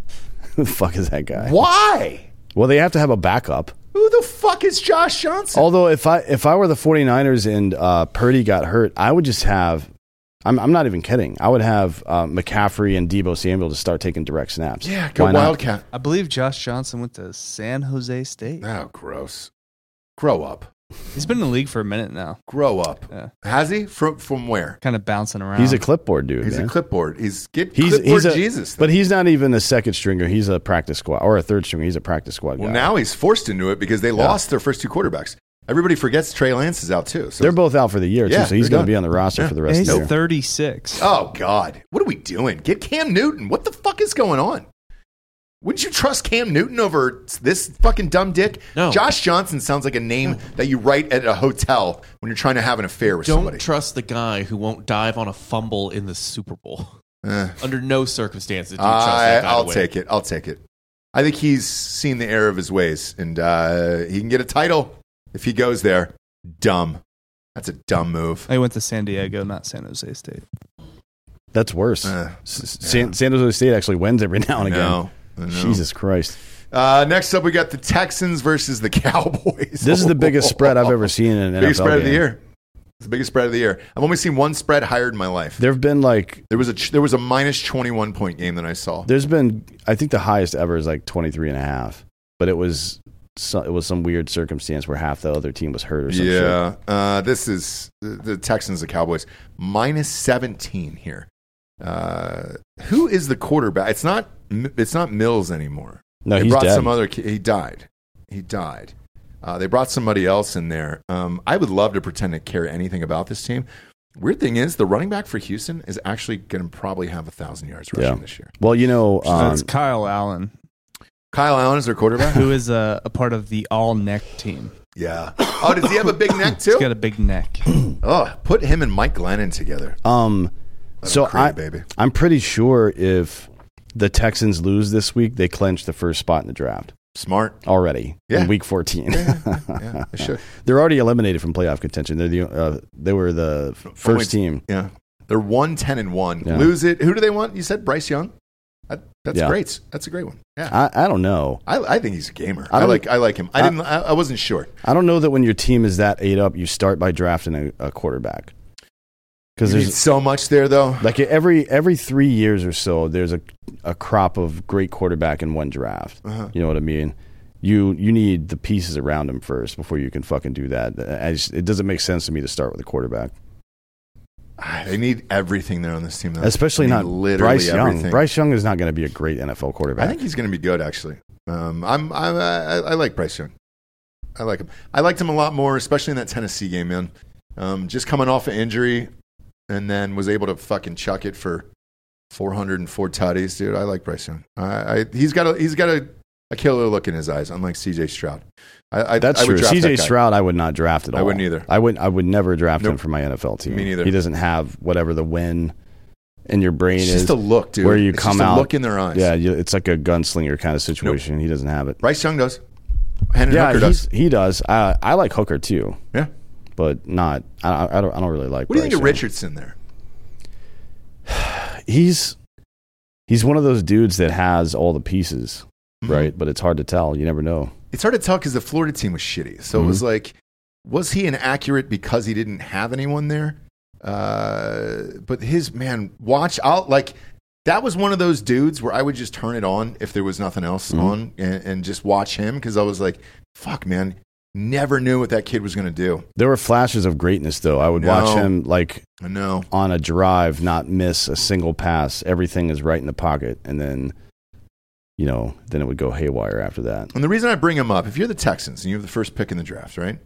Who the fuck is that guy? Why? Well, they have to have a backup. Who the fuck is Josh Johnson? Although if I if I were the 49ers and uh, Purdy got hurt, I would just have I'm I'm not even kidding. I would have uh, McCaffrey and Debo Samuel to start taking direct snaps. yeah, go Why not? Wildcat. I believe Josh Johnson went to San Jose State. Oh, gross. Grow up. He's been in the league for a minute now, Grow up. Yeah. Has he? From from where? kind of bouncing around. He's a clipboard dude. He's man. a clipboard. He's get He's clipboard he's a Jesus. but he's not even a second stringer. He's a practice squad or a third stringer. He's a practice squad well, guy. now he's forced into it because they lost their first two quarterbacks. Everybody forgets Trey Lance is out too. So they're both out for the year Yeah, too, so he's they're going done. to be on the roster Yeah. for the And rest he's of the year. 36. Oh God, what are we doing? Get Cam Newton. What the fuck is going on? Wouldn't you trust Cam Newton over this fucking dumb dick? No. Josh Johnson sounds like a name that you write at a hotel when you're trying to have an affair with Don't somebody. trust the guy who won't dive on a fumble in the Super Bowl. Eh. Under no circumstances do you trust I, that guy I'll to win. take it. I'll take it. I think he's seen the error of his ways, and uh, he can get a title if he goes there. Dumb. That's a dumb move. I went to San Diego, not San Jose State. That's worse. Uh, S- S- San, San Jose State actually wins every now and again. No. No. Jesus Christ! Uh, next up, we got the Texans versus the Cowboys. This is the biggest spread I've ever seen in an NFL biggest spread of the game. year. It's the biggest spread of the year. I've only seen one spread higher in my life. There have been like There was a ch- there was a minus twenty one point game that I saw. there's been I think the highest ever is like 23 and a half, but it was so, it was some weird circumstance where half the other team was hurt or something. Yeah, uh, this is the, the Texans, the Cowboys minus seventeen here. Uh, who is the quarterback? It's not M- it's not Mills anymore. No, they he's brought dead. some other. ki- He died. He died. Uh, they brought somebody else in there. Um, I would love to pretend to care anything about this team. Weird thing is, the running back for Houston is actually going to probably have a thousand yards rushing Yeah. this year. Well, you know, um, That's Kyle Allen, Kyle Allen is their quarterback. who is a, a part of the all neck team. Yeah. Oh, does he have a big neck too? He's got a big neck. Oh, put him and Mike Glennon together. um, so cream, I, baby. I'm pretty sure if the Texans lose this week, they clinch the first spot in the draft Smart. already Yeah. in Week 14. Yeah, they should. They're already eliminated from playoff contention. They're the uh, they were the first Only- team. Yeah. They're one ten and one. Yeah. Lose it. Who do they want? You said Bryce Young. That, that's Yeah. great. That's a great one. Yeah. I, I don't know. I, I think he's a gamer. I I, don't- like I like him. I I- didn't I, I wasn't sure. I don't know that when your team is that eight up, you start by drafting a, a quarterback because You there's need so much there though. Like every every three years or so, there's a a crop of great quarterback in one draft. Uh-huh. You know what I mean? You you need the pieces around him first before you can fucking do that. I just, it doesn't make sense to me to start with a quarterback, Ah, They need everything there on this team though. especially They need not Bryce Young. Bryce Young is not going to be a great NFL I quarterback. think he's going to be good actually. Um, I'm, I'm I, I like Bryce Young. I like him. I liked him a lot more, especially in that Tennessee game, man. Um, just coming off an injury, and then was able to fucking chuck it for 404 tutties, dude. I like Bryce Young. I, I, he's got a he's got a, a killer look in his eyes, unlike C.J. Stroud. I, I, That's I would true. draft CJ that guy. Stroud, I would not draft at I all. wouldn't either. I would I would never draft him Nope. for my NFL team. Me neither. He doesn't have whatever the win in your brain It's is. just a look, dude. Where you It's come just a out, look in their eyes. Yeah, you, it's like a gunslinger kind of situation. He doesn't have it. Bryce Young does. Henry yeah, Hooker he's, does. he does. I, I like Hooker too, Yeah. but not. I, I don't. I don't really like. What do you think Bryce of Richardson there? Young. He's he's one of those dudes that has all the pieces, Mm-hmm. right? But it's hard to tell. You never know. it's hard to tell because the Florida team was shitty. So it was like, was he inaccurate because he didn't have anyone there? Uh, but his man, watch out! Like that was one of those dudes where I would just turn it on if there was nothing else on and, and just watch him because I was like, fuck, man, never knew what that kid was gonna do. There were flashes of greatness though. I would watch No. him like I know. on a drive, not miss a single pass. Everything is right in the pocket, and then you know, then it would go haywire after that. And the reason I bring him up, if you're the Texans and you have the first pick in the draft, right?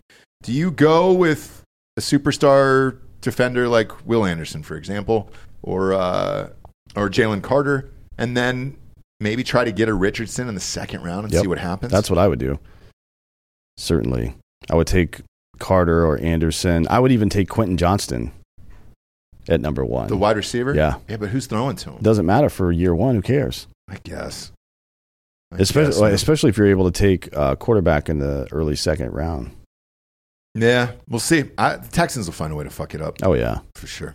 Do you go with a superstar defender like Will Anderson, for example, or uh, or Jalen Carter, and then maybe try to get a Richardson in the second round and Yep. see what happens? That's what I would do. Certainly, I would take Carter or Anderson. I would even take Quentin Johnston at number one. the wide receiver. Yeah. yeah, but who's throwing to him? doesn't matter for year one. Who cares? I guess. I guess, Especially, man. especially if you're able to take uh, quarterback in the early second round. yeah, we'll see. I, the Texans will find a way to fuck it up Oh yeah. for sure.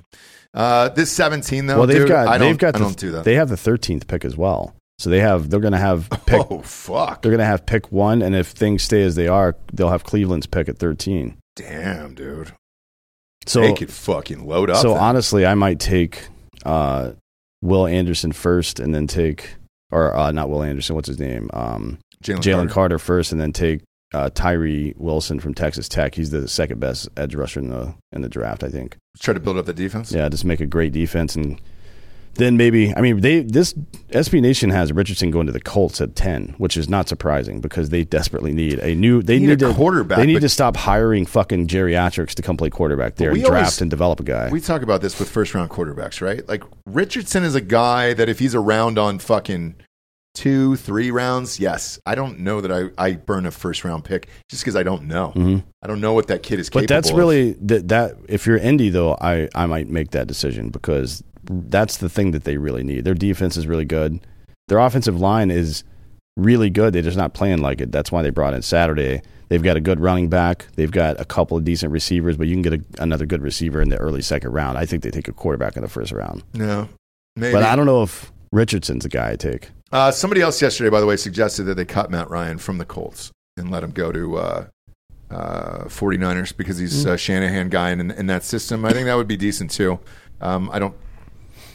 Uh, this 17 though, well, they've dude, got I don't, they've got I the, don't do that. They have the 13th pick as well. So they have they're going to have pick oh fuck! they're going to have pick one, and if things stay as they are, they'll have Cleveland's pick at 13. Damn, dude. So they could fucking load up. so then. honestly, I might take uh, Will Anderson first, and then take or uh, not Will Anderson. What's his name? Um, Jalen Carter. first, and then take uh, Tyree Wilson from Texas Tech. He's the second best edge rusher in the in the draft, I think. Try to build up the defense. Yeah, just make a great defense and then maybe I mean they this SB Nation has Richardson going to the Colts at ten, which is not surprising because they desperately need a new they Need need, a to- quarterback, They need but- to stop hiring fucking geriatrics to come play quarterback there we and draft always- and develop a guy. We talk about this with first round quarterbacks, right? Like Richardson is a guy that if he's around on fucking two, three rounds, yes. I don't know that I, I burn a first round pick just because I don't know. I don't know what that kid is Mm-hmm. but capable that's of. really that, that if you're Indy though, I I might make that decision because that's the thing that they really need. Their defense is really good. Their offensive line is really good. They're just not playing like it. That's why they brought in Saturday. They've got a good running back. They've got a couple of decent receivers, but you can get a, another good receiver in the early second round. I think they take a quarterback in the first round. No. Maybe. But I don't know if Richardson's the guy I take. Uh, somebody else yesterday, by the way, suggested that they cut Matt Ryan from the Colts and let him go to uh, uh, 49ers because he's Mm. a Shanahan guy in, in that system. I think that would be decent too. Um, I don't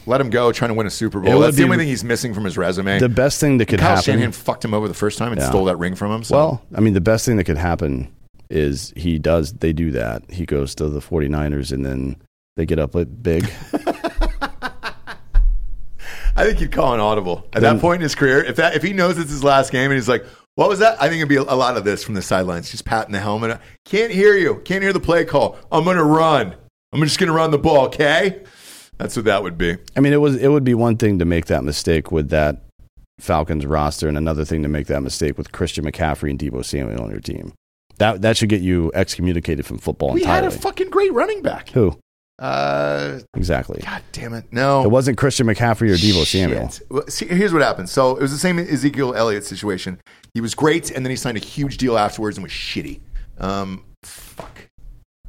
let him go trying to win a Super Bowl. would That's the be- only thing he's missing from his resume. The best thing that could Kyle happen. Shanahan fucked him over the first time and Yeah. stole that ring from him. So. Well, I mean, the best thing that could happen is he does, they do that. He goes to the 49ers and then they get up at big. I think you'd call an audible at Then- that point in his career. If that if he knows it's his last game and he's like, "What was that?" I think it'd be a lot of this from the sidelines, just patting the helmet. Can't hear you. Can't hear the play call. I'm gonna run. I'm just gonna run the ball. Okay, that's what that would be. I mean, it was, it would be one thing to make that mistake with that Falcons roster and another thing to make that mistake with Christian McCaffrey and Debo Samuel on your team. That, that should get you excommunicated from football We had entirely. a fucking great running back. Who? Uh, Exactly. God damn it! It No, wasn't Christian McCaffrey or Debo Samuel. Oh. Shit. Well, see, here's what happened. So it was the same Ezekiel Elliott situation. He was great, and then he signed a huge deal afterwards and was shitty. Um, fuck.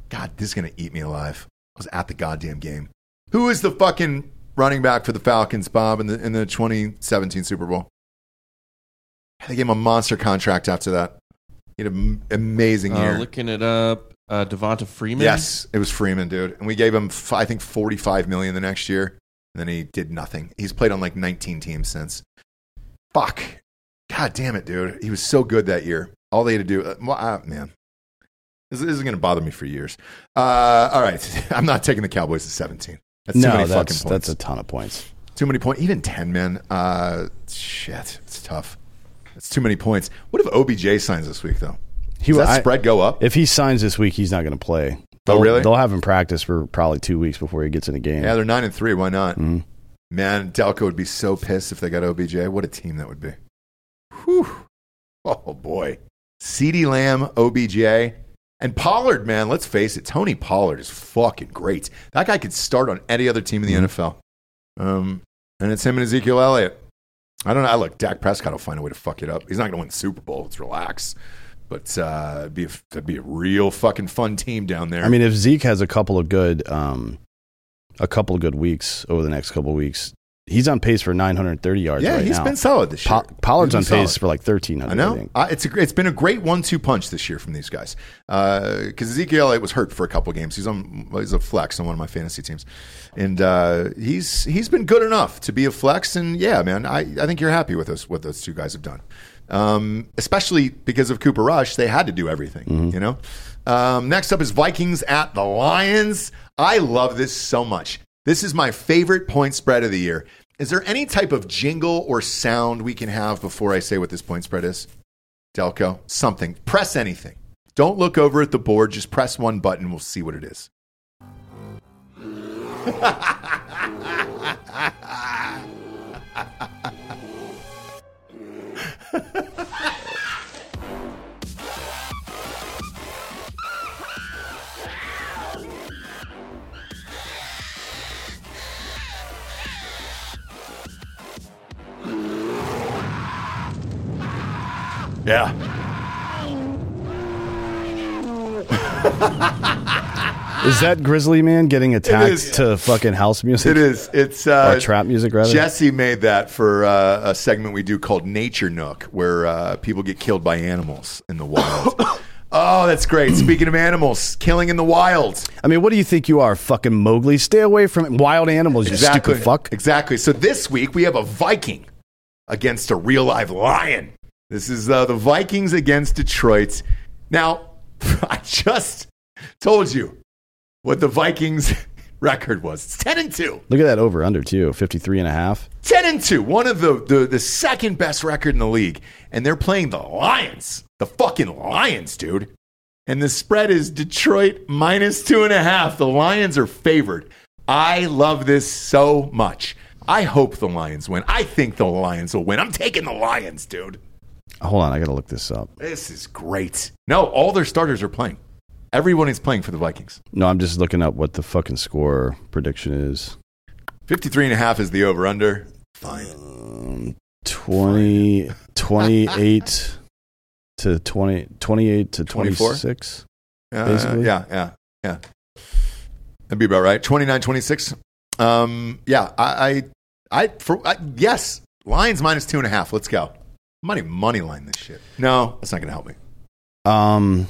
God, this is gonna eat me alive. I was at the goddamn game. Who is the fucking running back for the Falcons, Bob, in the in the 2017 Super Bowl? They gave him a monster contract after that. He had an amazing Uh, year. looking it up, uh, Devonta Freeman. Yes, it was Freeman, dude. And we gave him, f- I think, forty-five million the next year, and then he did nothing. He's played on like nineteen teams since. Fuck, god damn it, dude. He was so good that year. All they had to do, uh, well, uh, man, this, this is going to bother me for years. Uh, all right, I'm not taking the Cowboys at seventeen. That's too No, many that's, fucking points. that's a ton of points. too many points. Even ten men. Uh, shit, it's tough. It's too many points. What if OBJ signs this week though? He Does that I- spread go up? If he signs this week, he's not going to play. They'll, Oh, really? They'll have him practice for probably two weeks before he gets in a game. Mm-hmm. Yeah, they're nine and three. Why not? Man, Delco would be so pissed if they got OBJ. What a team that would be. Whew. Oh boy. CeeDee Lamb, OBJ, and Pollard, man, let's face it, Tony Pollard is fucking great. That guy could start on any other team in the Mm-hmm. NFL. Um, and it's him and Ezekiel Elliott. I don't know. I look, Dak Prescott will find a way to fuck it up. He's not going to win the Super Bowl. Let's relax. But uh, it'd, be a, it'd be a real fucking fun team down there. I mean, if Zeke has a couple of good, um, a couple of good weeks over the next couple of weeks, he's on pace for 930 yards. yeah, right he's now. been solid this year. Po- Pollard's on He's pace been solid. for like 1300. I I know. think. Uh, it's, a, gr- it's been a great one-two punch this year from these guys. Because Ezekiel Elliott was hurt for a couple games. He's on. He's a flex on one of my fantasy teams, and uh, he's he's been good enough to be a flex. And yeah, man, I, I think you're happy with us what those two guys have done. Um, especially because of Cooper Rush, they had to do everything. You know. Um, next up is Vikings at the Lions. I love this so much. This is my favorite point spread of the year. Is there any type of jingle or sound we can have before I say what this point spread is? Delco, something. Press anything. Don't look over at the board. Just press one button. We'll see what it is. Yeah. Is that Grizzly Man getting is. attacked to fucking house music? It is. It's uh, Or trap music, rather? Jesse made that for uh, a segment we do called Nature Nook, where uh, people get killed by animals in the wild. oh, that's great. Speaking of animals, killing in the wild. I mean, what do you think you are, fucking Mowgli? Stay away from wild animals, you stupid fuck. Exactly. So this week we have a Viking against a real live lion. This is uh, the Vikings against Detroit. Now, I just told you what the Vikings record was. It's 10 and 2. Look at that over under too, 53 and a half. 10 and 2. One of the, the the second best record in the league. And they're playing the Lions. The fucking Lions, dude. And the spread is Detroit minus two and a half. The Lions are favored. I love this so much. I hope the Lions win. I think the Lions will win. I'm taking the Lions, dude. Hold on, I gotta look this up. This is great. No, all their starters are playing. Everyone is playing for the Vikings. No, I'm just looking up what the fucking score prediction is. 53 and a half is the over under. Fine. 20, 28 to 20, 28 to 24? 26. Uh, Basically. Yeah, yeah, yeah. That'd be about right. 29 26. Um, yeah, I, I, I, for, I, yes, Lions minus two and a half. Let's go. Money, money line this shit. No, that's not going to help me. Um,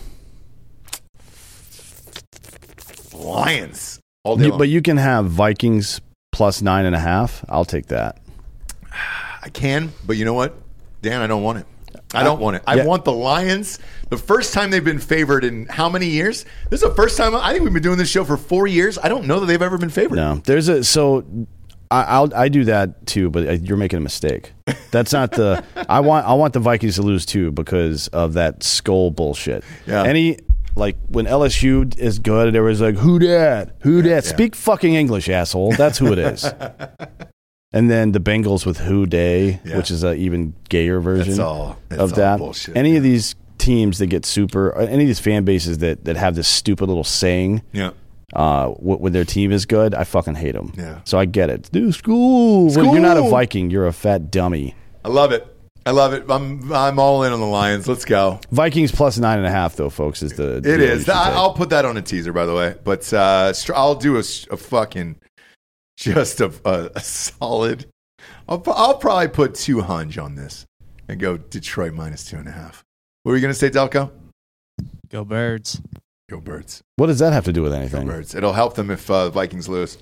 Lions all day you, long. but you can have Vikings plus nine and a half. I'll take that. I can, but you know what, Dan? I don't want it. I don't want it. I yeah. want the Lions. The first time they've been favored in how many years? This is the first time. I think we've been doing this show for four years. I don't know that they've ever been favored. No, there's a so I, I'll I do that too, but uh, you're making a mistake. That's not the I want I want the Vikings to lose too because of that skull bullshit. Yeah. Any like when LSU is good, there was like who dat who dat speak fucking English asshole. That's who it is. And then the Bengals with Who Day, Yeah. which is an even gayer version That's all- that's of all that. bullshit, any yeah. of these teams that get super, or any of these fan bases that, that have this stupid little saying, Yeah. uh, wh- when their team is good, I fucking hate them. Yeah. So I get it. Dude, school. When you're not a School. Viking. You're a fat dummy. I love it. I love it. I'm I'm all in on the Lions. Let's go. Vikings plus nine and a half, though, folks, is the. It is. I, I'll, I'll put that on a teaser, by the way. But uh, str- I'll do a, s- a fucking just a, a, a solid. I'll, pro- I'll probably put two hunch on this and go Detroit minus two and a half. What were you going to say, Delco? Go birds. Go Birds. what does that have to do with Go anything? Birds. It'll help them if uh, Vikings lose.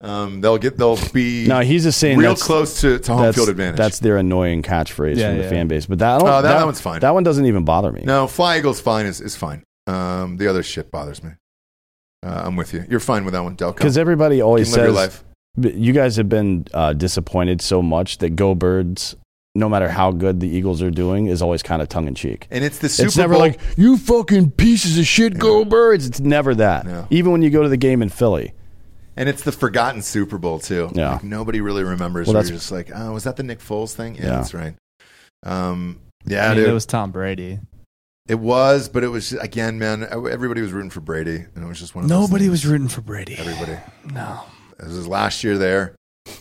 Um, they'll get. They'll be No, he's just saying real that's- close to, to home That's, field advantage. that's their annoying catchphrase Yeah, from the yeah. fan base. But that, I don't- Oh, that one's fine. That one doesn't even bother me. No, Fly Eagles fine is, is fine. Um, the other shit bothers me. Uh, I'm with you. You're fine with that one, Delco. Because everybody You always can live your says life. But you guys have been uh, disappointed so much that Go Birds, no matter how good the Eagles are doing, is always kind of tongue in cheek. And it's the Super it's never Bowl. like you fucking pieces of shit, Go Birds. It's never that. No. Even when you go to the game in Philly, and it's the forgotten Super Bowl too. Yeah. Like, nobody really remembers. Well, We're that's- just like, oh, was that the Nick Foles thing? Yeah, Yeah. that's right. Um, yeah, I mean, dude. it was Tom Brady. it was, but it was again, man. e-, Everybody was rooting for Brady, and it was just one of those Nobody things. was rooting for Brady. everybody. No. This was last year there.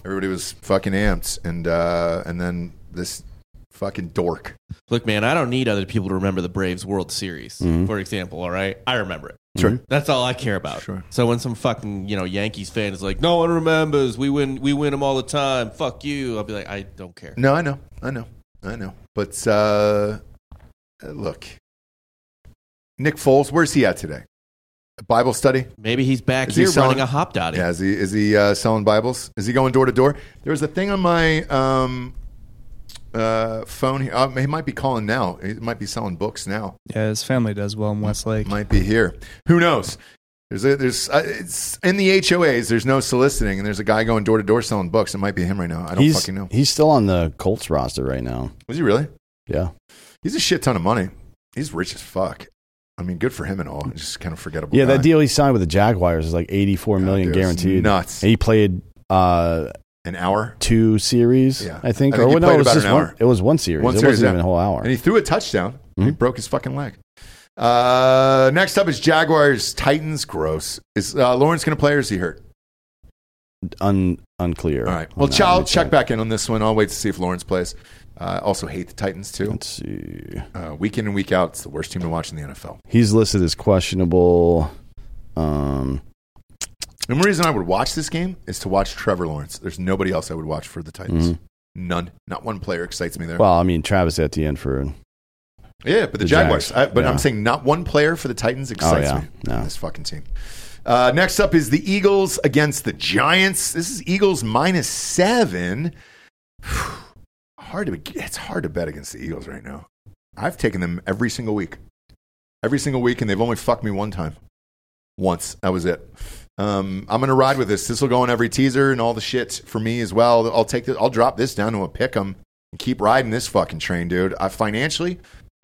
Everybody was fucking amped, and uh, and then this fucking dork. Look, man, I don't need other people to remember the Braves World Series, for example. All right, I remember it. Mm-hmm. Sure. That's all I care about. Sure. So when some fucking you know Yankees fan is like, "No one remembers. We win. We win them all the time. Fuck you." I'll be like, I don't care. No, I know, I know, I know. But uh, look, Nick Foles, where's he at today? Bible study. Maybe he's back Is he here selling- running a hop dotty. Yeah, is he is he uh, selling Bibles? Is he going door to door? There was a thing on my um, uh, phone here. Uh, he might be calling now. He might be selling books now. Yeah, his family does well in Westlake. Might be here. Who knows? There's a, there's uh, it's in the HOAs. There's no soliciting, and there's a guy going door to door selling books. It might be him right now. I don't he's fucking know. he's still on the Colts roster right now. Was he really? Yeah, He's a shit ton of money. He's rich as fuck. I mean, good for him and all. He's Just kind of forgettable. yeah. guy. That deal he signed with the Jaguars is like eighty-four God, million dude, it's guaranteed. nuts. And he played uh, An hour. two series, Yeah. I think. I think he or no, played it was about just an one. hour. It was one series. One it series, wasn't yeah. even a whole hour. And he threw a touchdown. He broke his fucking leg. Uh, next up is Jaguars Titans. Gross. Is uh, Lawrence going to play or is he hurt? Un, unclear. All right. Well, on ch- that. Let I'll me check back in on this one. I'll wait to see if Lawrence plays. Uh, also hate the Titans too. Let's see. Uh, week in and week out, it's the worst team to watch in the NFL. He's listed as questionable. Um, The only reason I would watch this game is to watch Trevor Lawrence. There's nobody else I would watch for the Titans. None. Not one player excites me there. well, I mean, Travis at the end for Yeah, but the, The Jaguars. Jags, I, but yeah. I'm saying not one player for the Titans excites Oh, yeah. me. No. This fucking team. Uh, next up is the Eagles against the Giants. This is Eagles minus seven. hard to it's hard to bet against the Eagles right now. I've taken them every single week, every single week, and they've only fucked me one time. Once that was it. Um, I'm gonna ride with this. This will go on every teaser and all the shit for me as well. I'll take this. I'll drop this down to a pick 'em and keep riding this fucking train, dude. I, financially,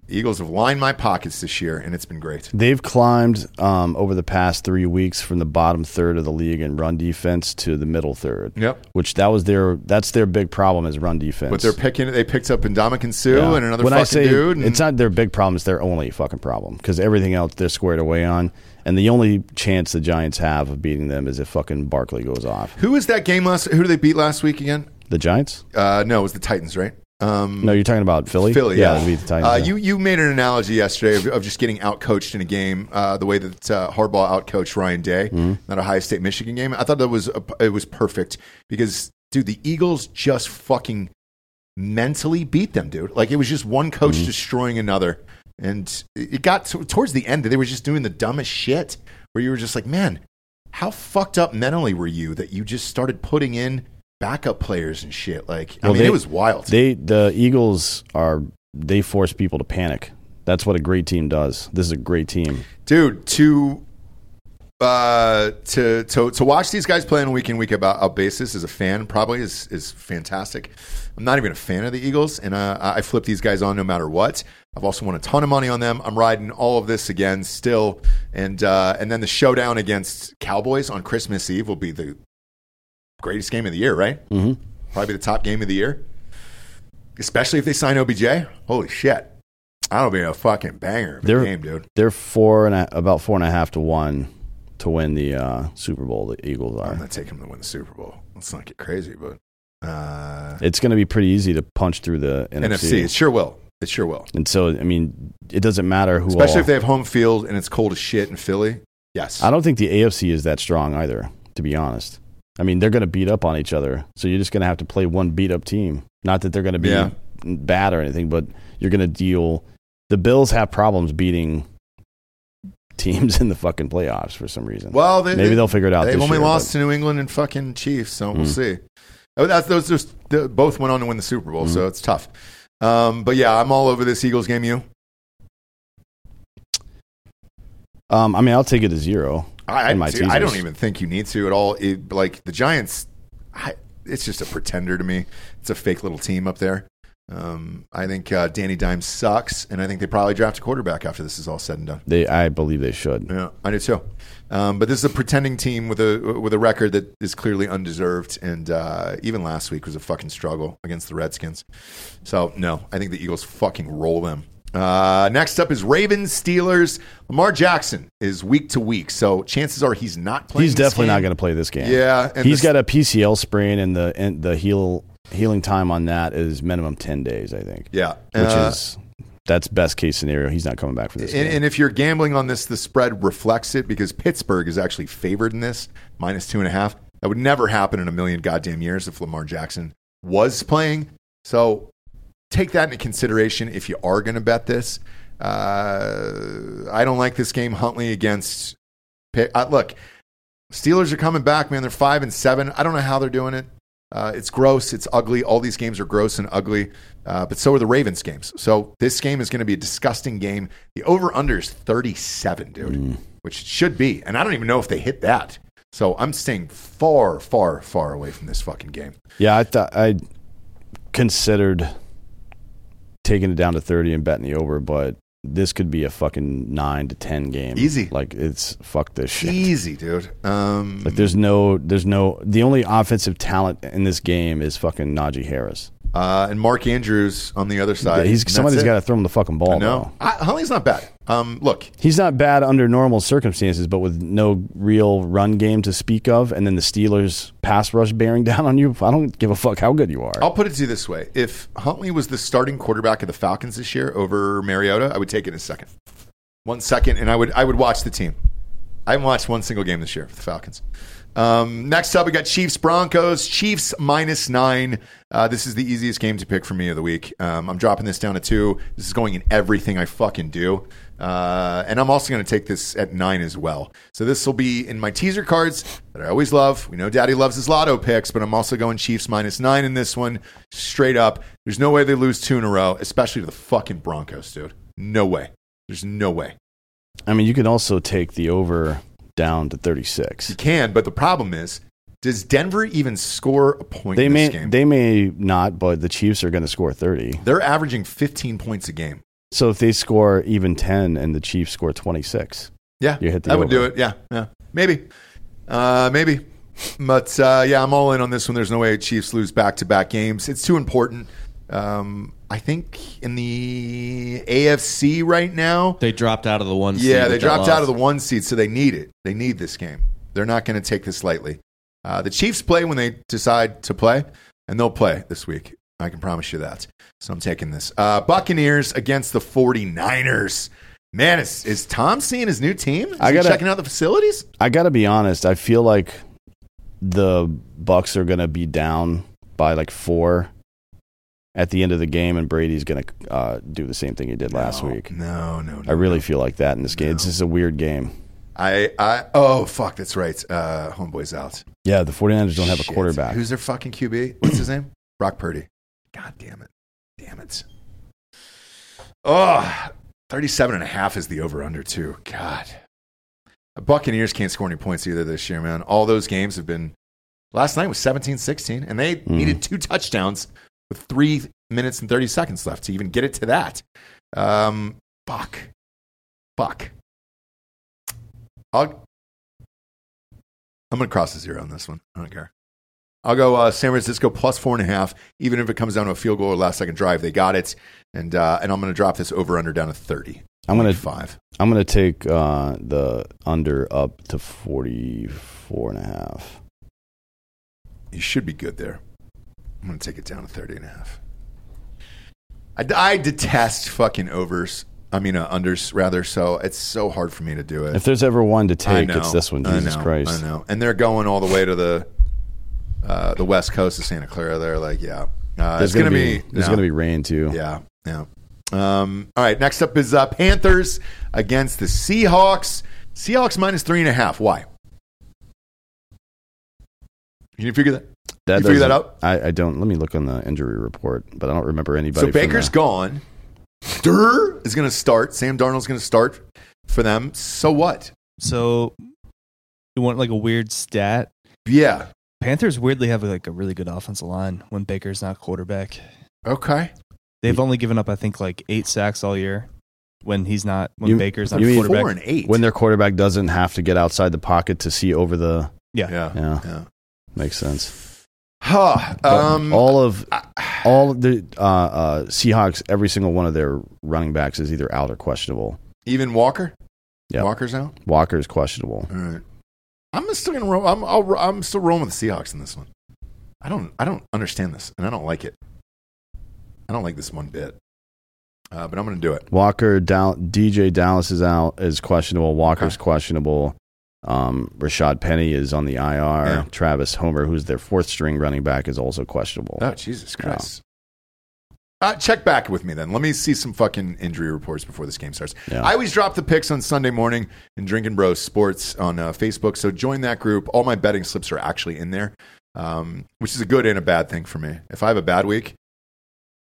the Eagles have lined my pockets this year, and it's been great. They've climbed um, over the past three weeks from the bottom third of the league in run defense to the middle third. Yep. Which that was their that's their big problem is run defense. But they're picking. They picked up Indomitian Sue Yeah. and another when fucking I say dude. And it's not their big problem; it's their only fucking problem because everything else they're squared away on, and the only chance the Giants have of beating them is if fucking Barkley goes off. who was that game last? Who did they beat last week again? The Giants? Uh, no, it was the Titans, right? Um, No, you're talking about Philly. Philly, yeah, yeah. they beat the Titans. Uh, yeah. You you made an analogy yesterday of, of just getting outcoached in a game, uh, the way that uh, Harbaugh outcoached Ryan Day Mm-hmm. at Ohio State Michigan game. I thought that was a, it was perfect because dude, the Eagles just fucking mentally beat them, dude. Like it was just one coach Mm-hmm. destroying another, and it got to, towards the end they were just doing the dumbest shit where you were just like, man, how fucked up mentally were you that you just started putting in backup players and shit? Like I Well, mean, they- it was wild. They the Eagles are they force people to panic. That's what a great team does. This is a great team. dude to uh to to to watch these guys play on a week in week about out basis as a fan probably is is fantastic i'm not even a fan of the eagles and uh, i I flip these guys on no matter what i've also won a ton of money on them i'm riding all of this again still and uh and then the showdown against cowboys on christmas eve will be the greatest game of the year right Mhm. probably the top game of the year especially if they sign obj holy shit that'll be a fucking banger of a They're- game dude They're four and a, about four and a half to one to win the uh, Super Bowl. The Eagles I'm are. not taking them to win the Super Bowl. Let's not get crazy, but uh, It's going to be pretty easy to punch through the NFC. NFC. it sure will. It sure will. And so, I mean, it doesn't matter who. Especially all- if they have home field and it's cold as shit in Philly. Yes, I don't think the AFC is that strong either, to be honest. I mean, they're going to beat up on each other. So you're just going to have to play one beat up team. Not that they're going to be Yeah. bad or anything, but you're going to deal. The Bills have problems beating teams in the fucking playoffs for some reason. Well, they, maybe they, they'll figure it out. They've this only year, lost but- to New England and fucking Chiefs, so we'll Mm. see. Oh, that's those just the, both went on to win the Super Bowl, Hmm. so it's tough. Um, but yeah, I'm all over this Eagles game. You, Um, I mean, I'll take it to zero. I, I, In my dude, I don't teasers. even think you need to at all. It, like the Giants, I, it's just a pretender to me. It's a fake little team up there. Um, I think uh, Danny Dimes sucks, and I think they probably draft a quarterback after this is all said and done. They, I believe they should. Yeah, I do too. Um, but this is a pretending team with a with a record that is clearly undeserved, and uh, even last week was a fucking struggle against the Redskins. So no, I think the Eagles fucking roll them. Uh, next up is Ravens Steelers. Lamar Jackson is week to week, so chances are he's not playing. He's this definitely not game. going to play this game. Yeah, and he's the- got a PCL sprain, and the and the heal healing time on that is minimum ten days, I think. Yeah, which Uh, is that's best case scenario. He's not coming back for this. And, game. and if you're gambling on this, the spread reflects it because Pittsburgh is actually favored in this, minus two and a half. That would never happen in a million goddamn years if Lamar Jackson was playing. So take that into consideration if you are going to bet this. Uh, I don't like this game. Huntley against Pitt. Uh, look, Steelers are coming back, man. They're five and seven. I don't know how they're doing it. Uh, it's gross. It's ugly. All these games are gross and ugly, uh, but so are the Ravens games. So this game is going to be a disgusting game. The over under is 37, dude, Mm. which it should be. And I don't even know if they hit that. So I'm staying far, far, far away from this fucking game. yeah, I thought I considered taking it down to thirty and betting the over, but this could be a fucking nine to ten game. Easy. like it's fuck this shit. Easy, dude. Um, Like there's no, there's no. The only offensive talent in this game is fucking Najee Harris. uh, and Mark Andrews on the other side. He's somebody's got to throw him the fucking ball. though. No, Huntley's not bad. Um, look, He's not bad under normal circumstances, but with no real run game to speak of, and then the Steelers pass rush bearing down on you, I don't give a fuck how good you are. I'll put it to you this way: If Huntley was the starting quarterback of the Falcons this year over Mariota, I would take it in a second, one second, and I would I would watch the team. I haven't watched one single game this year for the Falcons. Um, next up, we got Chiefs Broncos. Chiefs minus nine. Uh, this is the easiest game to pick for me of the week. Um, I'm dropping this down to two. This is going in everything I fucking do. Uh, and I'm also going to take this at nine as well. So this will be in my teaser cards that I always love. We know Daddy loves his lotto picks, but I'm also going Chiefs minus nine in this one straight up. There's no way they lose two in a row, especially to the fucking Broncos, dude. No way. There's no way. I mean, you can also take the over down to 36. You can, but the problem is, does Denver even score a point They in may this game? they may not, but the Chiefs are going to score 30. They're averaging 15 points a game. So if they score even 10 and the Chiefs score 26. Yeah, You hit the that would do over. it. Yeah, yeah, maybe, uh, maybe. But uh, yeah, I'm all in on this one. There's no way Chiefs lose back to back games. It's too important. Um, I think in the AFC right now, They dropped out of the one. yeah, they dropped out of the one seed, so they need it. They need this game. They're not going to take this lightly. Uh, the Chiefs play when they decide to play, and they'll play this week. I can promise you that. So I'm taking this. Uh, Buccaneers against the 49ers. Man, is, is Tom seeing his new team? Is I he gotta- checking out the facilities? I got to be honest, I feel like the Bucks are going to be down by like 4 at the end of the game and Brady's going to uh, do the same thing he did last No, week. No, no, no. I really feel like that in this game. This is a weird game. I, I, oh, fuck, that's right. Uh, homeboy's out. Yeah, the 49ers don't have a Shit. quarterback. Who's their fucking QB? What's his name? Brock Purdy. God damn it. Damn it. Oh, 37 and a half is the over under, too. God. The Buccaneers can't score any points either this year, man. All those games have been. Last night was 17 16, and they needed two touchdowns with three minutes and 30 seconds left to even get it to that. Um, fuck. Fuck. I'll, I'm going to cross a zero on this one. I don't care. I'll go uh, San Francisco plus four and a half, even if it comes down to a field goal or last second drive. They got it, and uh, and I'm going to drop this over under down to thirty. I'm going to five. I'm going to take uh, the under up to 44 and a half. You should be good there. I'm going to take it down to 30 and a half. I, I detest fucking overs. I mean, uh, unders rather. So it's so hard for me to do it. If there's ever one to I take, know, it's this one. I Jesus know, Christ. I know. And they're going all the way to the uh, the west coast of Santa Clara. They're like, yeah. Uh, it's There's going gonna to be, there's no. gonna be rain too. Yeah, yeah. Um, all right, next up is uh, Panthers against the Seahawks. Seahawks minus three and a half. Why? Can you figure that? That You figure that doesn't- out? I, I don't. Let me look on the injury report, but I don't remember anybody. so Baker's from gone. Durr is going to start. Sam Darnold's going to start for them. So what? So you want like a weird stat? Yeah. Panthers weirdly have like a really good offensive line when Baker's not quarterback. Okay. They've only given up I think like eight sacks all year when he's not when You- Baker's not you mean- quarterback. Four and eight. when their quarterback doesn't have to get outside the pocket to see over the. yeah. Yeah, Yeah. makes sense. Huh. But Um, all of all of the uh, uh, Seahawks, every single one of their running backs is either out or questionable. even Walker. Yeah. Walker's out. Walker's questionable. All right. I'm still gonna roll. I'm I'll, I'm still rolling with the Seahawks in this one. I don't I don't understand this, and I don't like it. I don't like this one bit. Uh, but I'm gonna do it. Walker, Dal- DJ Dallas is out is questionable. Walker's Okay. questionable. Um, Rashad Penny is on the IR. Yeah. Travis Homer, who's their fourth string running back, is also questionable. Oh Jesus Christ! Uh, check back with me then. Let me see some fucking injury reports before this game starts. Yeah. I always drop the picks on Sunday morning in Drinking Bros Sports on uh, Facebook, so join that group. All my betting slips are actually in there, um, which is a good and a bad thing for me. If I have a bad week,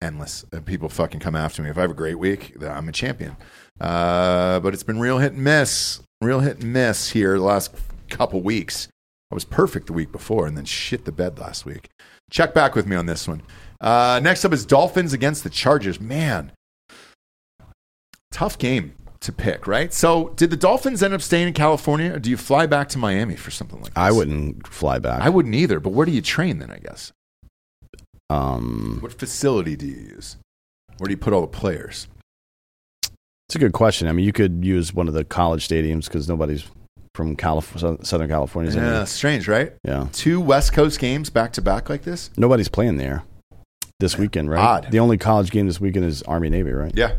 endless Uh, people fucking come after me. If I have a great week, then I'm a champion. Uh, but it's been real hit and miss, real hit and miss here the last couple weeks. I was perfect the week before, and then shit the bed last week check back with me on this one. Uh, next up is Dolphins against the Chargers. Man, tough game to pick, right? So, did the Dolphins end up staying in California, or do you fly back to Miami for something like this? I wouldn't fly back. I wouldn't either. But where do you train then? I guess. um, What facility do you use? Where do you put all the players? it's a good question. I mean, you could use one of the college stadiums because nobody's from Calif- Sou- Southern California. is in Yeah, there. strange, right? yeah. Two West Coast games back to back like this. Nobody's playing there this weekend, right? Odd. The only college game this weekend is Army Navy, right? Yeah,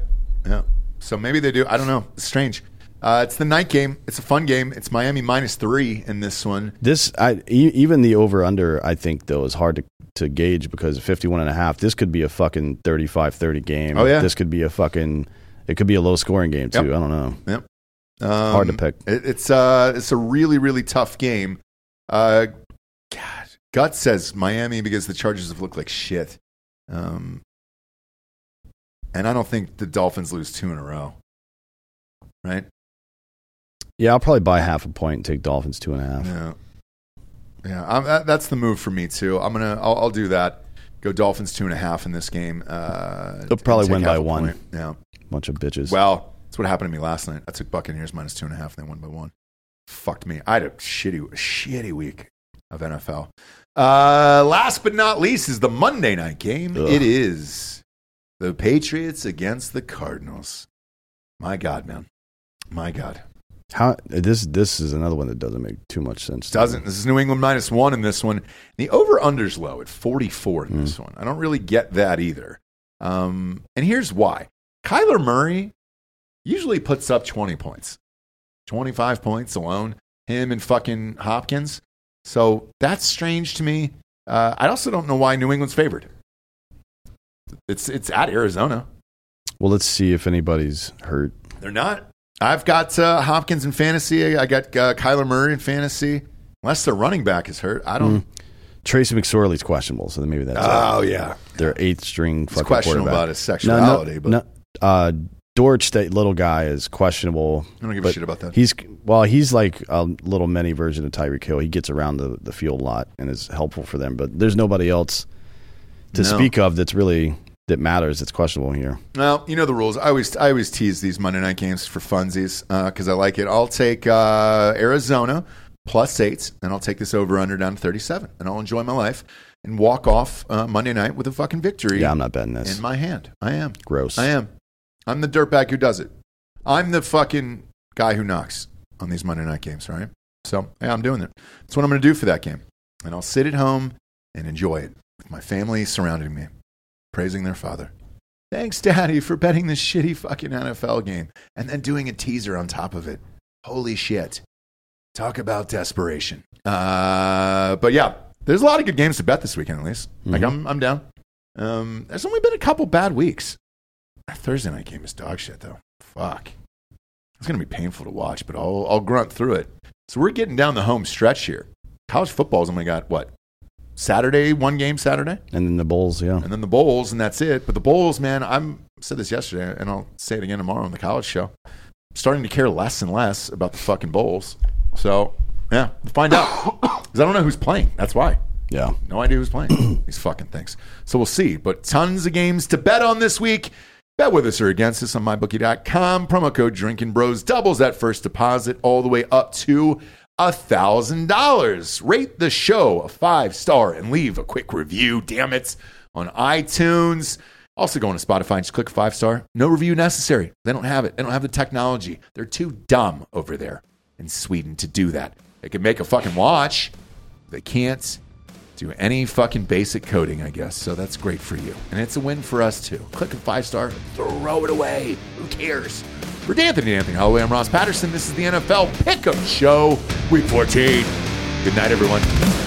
yeah. So maybe they do. I don't know. It's strange. Uh, it's the night game. It's a fun game. It's Miami minus three in this one. This, I e- even the over under, I think though is hard to to gauge because 51 and a half. This could be a fucking 35-30 game. Oh, yeah. This could be a fucking. It could be a low scoring game too. Yep. I don't know. Um, Hard to pick. It, it's uh, it's a really really tough game. Uh, God, gut says Miami because the Chargers have looked like shit. Um, and I don't think the Dolphins lose two in a row. Right? Yeah, I'll probably buy half a point and take Dolphins two and a half. Yeah. Yeah. I'm, that, that's the move for me too. I'm gonna. I'll, I'll do that. Go Dolphins two and a half in this game. Uh, They'll probably take win half by a one. point. Yeah. Bunch of bitches. Well, that's what happened to me last night. I took Buccaneers minus two and a half, and they won by one. Fucked me. I had a shitty, shitty week of NFL. Uh, last but not least is the Monday night game. Ugh. It is the Patriots against the Cardinals. My God, man. My God. How this this is another one that doesn't make too much sense. to me. Doesn't. This is New England minus one in this one. The over under's low at 44 in this one. I don't really get that either. Um, and here's why Kyler Murray usually puts up 20 points, 25 points alone, him and fucking Hopkins. So that's strange to me. Uh, I also don't know why New England's favored. It's, it's at Arizona. Well, let's see if anybody's hurt. They're not. I've got uh, Hopkins in fantasy. I got uh, Kyler Murray in fantasy. Unless their running back is hurt, I don't. Tracy McSorley's questionable, so then maybe that's Oh yeah, it. their eighth string. it's fucking questionable quarterback. about his sexuality, no, but no, uh, Dortch, that little guy, is questionable. I don't give a but shit about that. He's well, he's like a little mini version of Tyreek Hill. He gets around the, the field a lot and is helpful for them. But there's nobody else to No. speak of that's really that matters. That's questionable here. Well, you know the rules. I always I always tease these Monday night games for funsies because I like it. I'll take uh, Arizona plus eight, and I'll take this over under down to thirty seven, and I'll enjoy my life and walk off uh, Monday night with a fucking victory Yeah, I'm not betting this. in my hand. I am. Gross. I am. I'm the dirtbag who does it. I'm the fucking guy who knocks on these Monday night games, right? So, yeah, I'm doing it. That's what I'm going to do for that game. And I'll sit at home and enjoy it with my family surrounding me, praising their father. Thanks, Daddy, for betting this shitty fucking NFL game and then doing a teaser on top of it. Holy shit. Talk about desperation. Uh, but yeah, there's a lot of good games to bet this weekend, at least. Like, I'm, I'm down. Um, there's only been a couple bad weeks. That Thursday night game is dog shit, though. Fuck. It's going to be painful to watch, but I'll, I'll grunt through it. So we're getting down the home stretch here. College football's only got, what, Saturday, one game Saturday? And then the Bulls, yeah. and then the bowls, and that's it. But the bowls, man, I'm I said this yesterday, and I'll say it again tomorrow on the college show. I'm starting to care less and less about the fucking bowls. So yeah, we'll find out because I don't know who's playing. That's why. Yeah. No idea who's playing these fucking things. So we'll see. But tons of games to bet on this week. Bet with us or against us on mybookie.com. Promo code Drinking Bros doubles that first deposit all the way up to a thousand dollars. Rate the show a five star and leave a quick review. Damn it, on iTunes. Also go on to Spotify and just click five star. No review necessary. They don't have it. They don't have the technology. They're too dumb over there in Sweden to do that. They can make a fucking watch. They can't do any fucking basic coding, I guess. So that's great for you. And it's a win for us too. Click a five star, throw it away. Who cares? For D'Anthony and Anthony Holloway, I'm Ross Patterson. This is the NFL Pickup Show, Week 14. Good night, everyone.